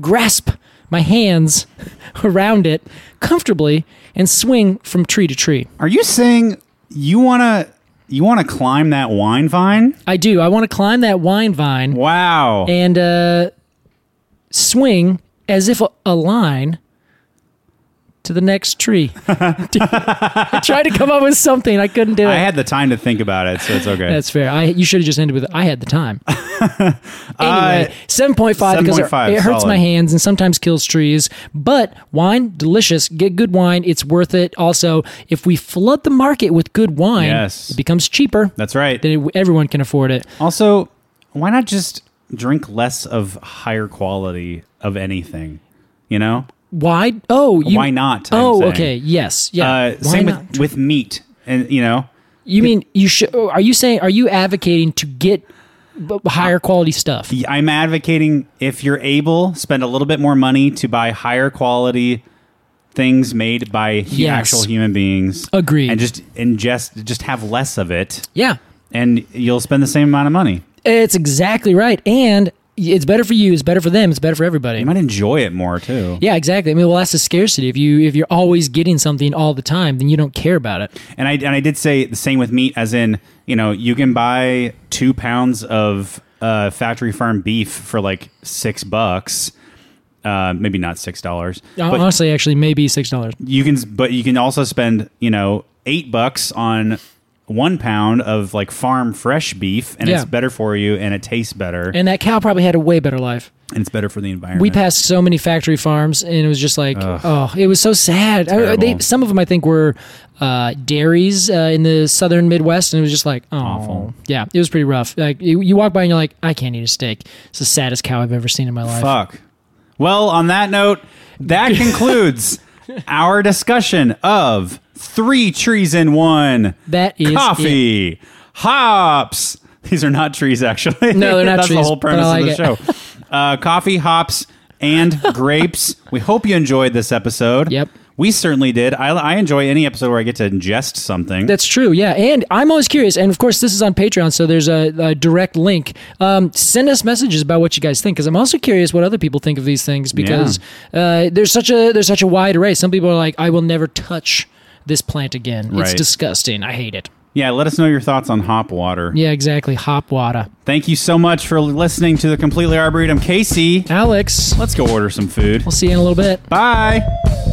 [SPEAKER 2] grasp my hands around it comfortably and swing from tree to tree.
[SPEAKER 1] Are you saying you want to you want to climb that wine vine?
[SPEAKER 2] I do. I want to climb that wine vine
[SPEAKER 1] Wow.
[SPEAKER 2] and uh, swing as if a, a line to the next tree. I tried to come up with something. I couldn't do it.
[SPEAKER 1] I had the time to think about it, so it's okay.
[SPEAKER 2] That's fair. I you should have just ended with I had the time. anyway, seven point five because it,
[SPEAKER 1] 7.5,
[SPEAKER 2] it hurts
[SPEAKER 1] solid.
[SPEAKER 2] my hands and sometimes kills trees. But wine, delicious. Get good wine. It's worth it. Also, if we flood the market with good wine,
[SPEAKER 1] Yes.
[SPEAKER 2] it becomes cheaper.
[SPEAKER 1] That's right.
[SPEAKER 2] Then it- everyone can afford it.
[SPEAKER 1] Also, why not just drink less of higher quality of anything? You know?
[SPEAKER 2] Why? Oh, you,
[SPEAKER 1] Why not, I'm
[SPEAKER 2] Oh,
[SPEAKER 1] saying.
[SPEAKER 2] okay. Yes. Yeah.
[SPEAKER 1] Uh,
[SPEAKER 2] Why
[SPEAKER 1] same
[SPEAKER 2] not?
[SPEAKER 1] with with meat and you know.
[SPEAKER 2] You mean you should? oh, Are you saying? Are you advocating to get b- higher quality stuff?
[SPEAKER 1] I'm advocating if you're able, spend a little bit more money to buy higher quality things made by hu-
[SPEAKER 2] Yes.
[SPEAKER 1] actual human beings.
[SPEAKER 2] Agreed.
[SPEAKER 1] And just ingest, just have less of it,
[SPEAKER 2] Yeah.
[SPEAKER 1] and you'll spend the same amount of money.
[SPEAKER 2] It's exactly right. And it's better for you. It's better for them. It's better for everybody.
[SPEAKER 1] You might enjoy it more too.
[SPEAKER 2] Yeah, exactly. I mean, well, that's the scarcity. If you if you're always getting something all the time, then you don't care about it.
[SPEAKER 1] And I and I did say the same with meat, as in you know you can buy two pounds of uh, factory farm beef for like six bucks, uh, maybe not six dollars, but
[SPEAKER 2] Honestly, actually, maybe six dollars.
[SPEAKER 1] you can but you can also spend you know eight bucks on one pound of like farm fresh beef, and
[SPEAKER 2] Yeah.
[SPEAKER 1] it's better for you, and it tastes better, and,
[SPEAKER 2] And that cow probably had a way better life.
[SPEAKER 1] it's better for the environment.
[SPEAKER 2] We passed so many factory farms, and it was just like, oh, it was so sad. I, they,
[SPEAKER 1] Terrible.
[SPEAKER 2] some of them, I think, were uh, dairies uh, in the southern Midwest, and it was just like, oh,
[SPEAKER 1] Awful.
[SPEAKER 2] yeah, it was pretty rough. Like you, you walk by and you're like, I can't eat a steak. It's the saddest cow I've ever seen in my life.
[SPEAKER 1] Fuck. Well, on that note, that concludes our discussion of three trees in one.
[SPEAKER 2] That is
[SPEAKER 1] coffee, hops. These are not trees, actually.
[SPEAKER 2] No, they're not
[SPEAKER 1] That's the
[SPEAKER 2] trees,
[SPEAKER 1] whole
[SPEAKER 2] but I
[SPEAKER 1] premise of
[SPEAKER 2] like
[SPEAKER 1] the
[SPEAKER 2] it.
[SPEAKER 1] show. Uh, coffee, hops, and grapes. We hope you enjoyed this episode.
[SPEAKER 2] Yep.
[SPEAKER 1] We certainly did. I, I enjoy any episode where I get to ingest something.
[SPEAKER 2] That's true. Yeah, and I'm always curious. And of course, this is on Patreon, so there's a, a direct link. Um, send us messages about what you guys think, because I'm also curious what other people think of these things. Because uh, there's such a there's such a wide array. Some people are like, I will never touch this plant again. It's
[SPEAKER 1] Right.
[SPEAKER 2] disgusting. I hate it.
[SPEAKER 1] yeah, let us know your thoughts on hop water.
[SPEAKER 2] Yeah, exactly. Hop water.
[SPEAKER 1] Thank you so much for listening to the Completely Arboretum. Casey,
[SPEAKER 2] Alex,
[SPEAKER 1] let's go order some food.
[SPEAKER 2] we'll see you in a little bit.
[SPEAKER 1] Bye.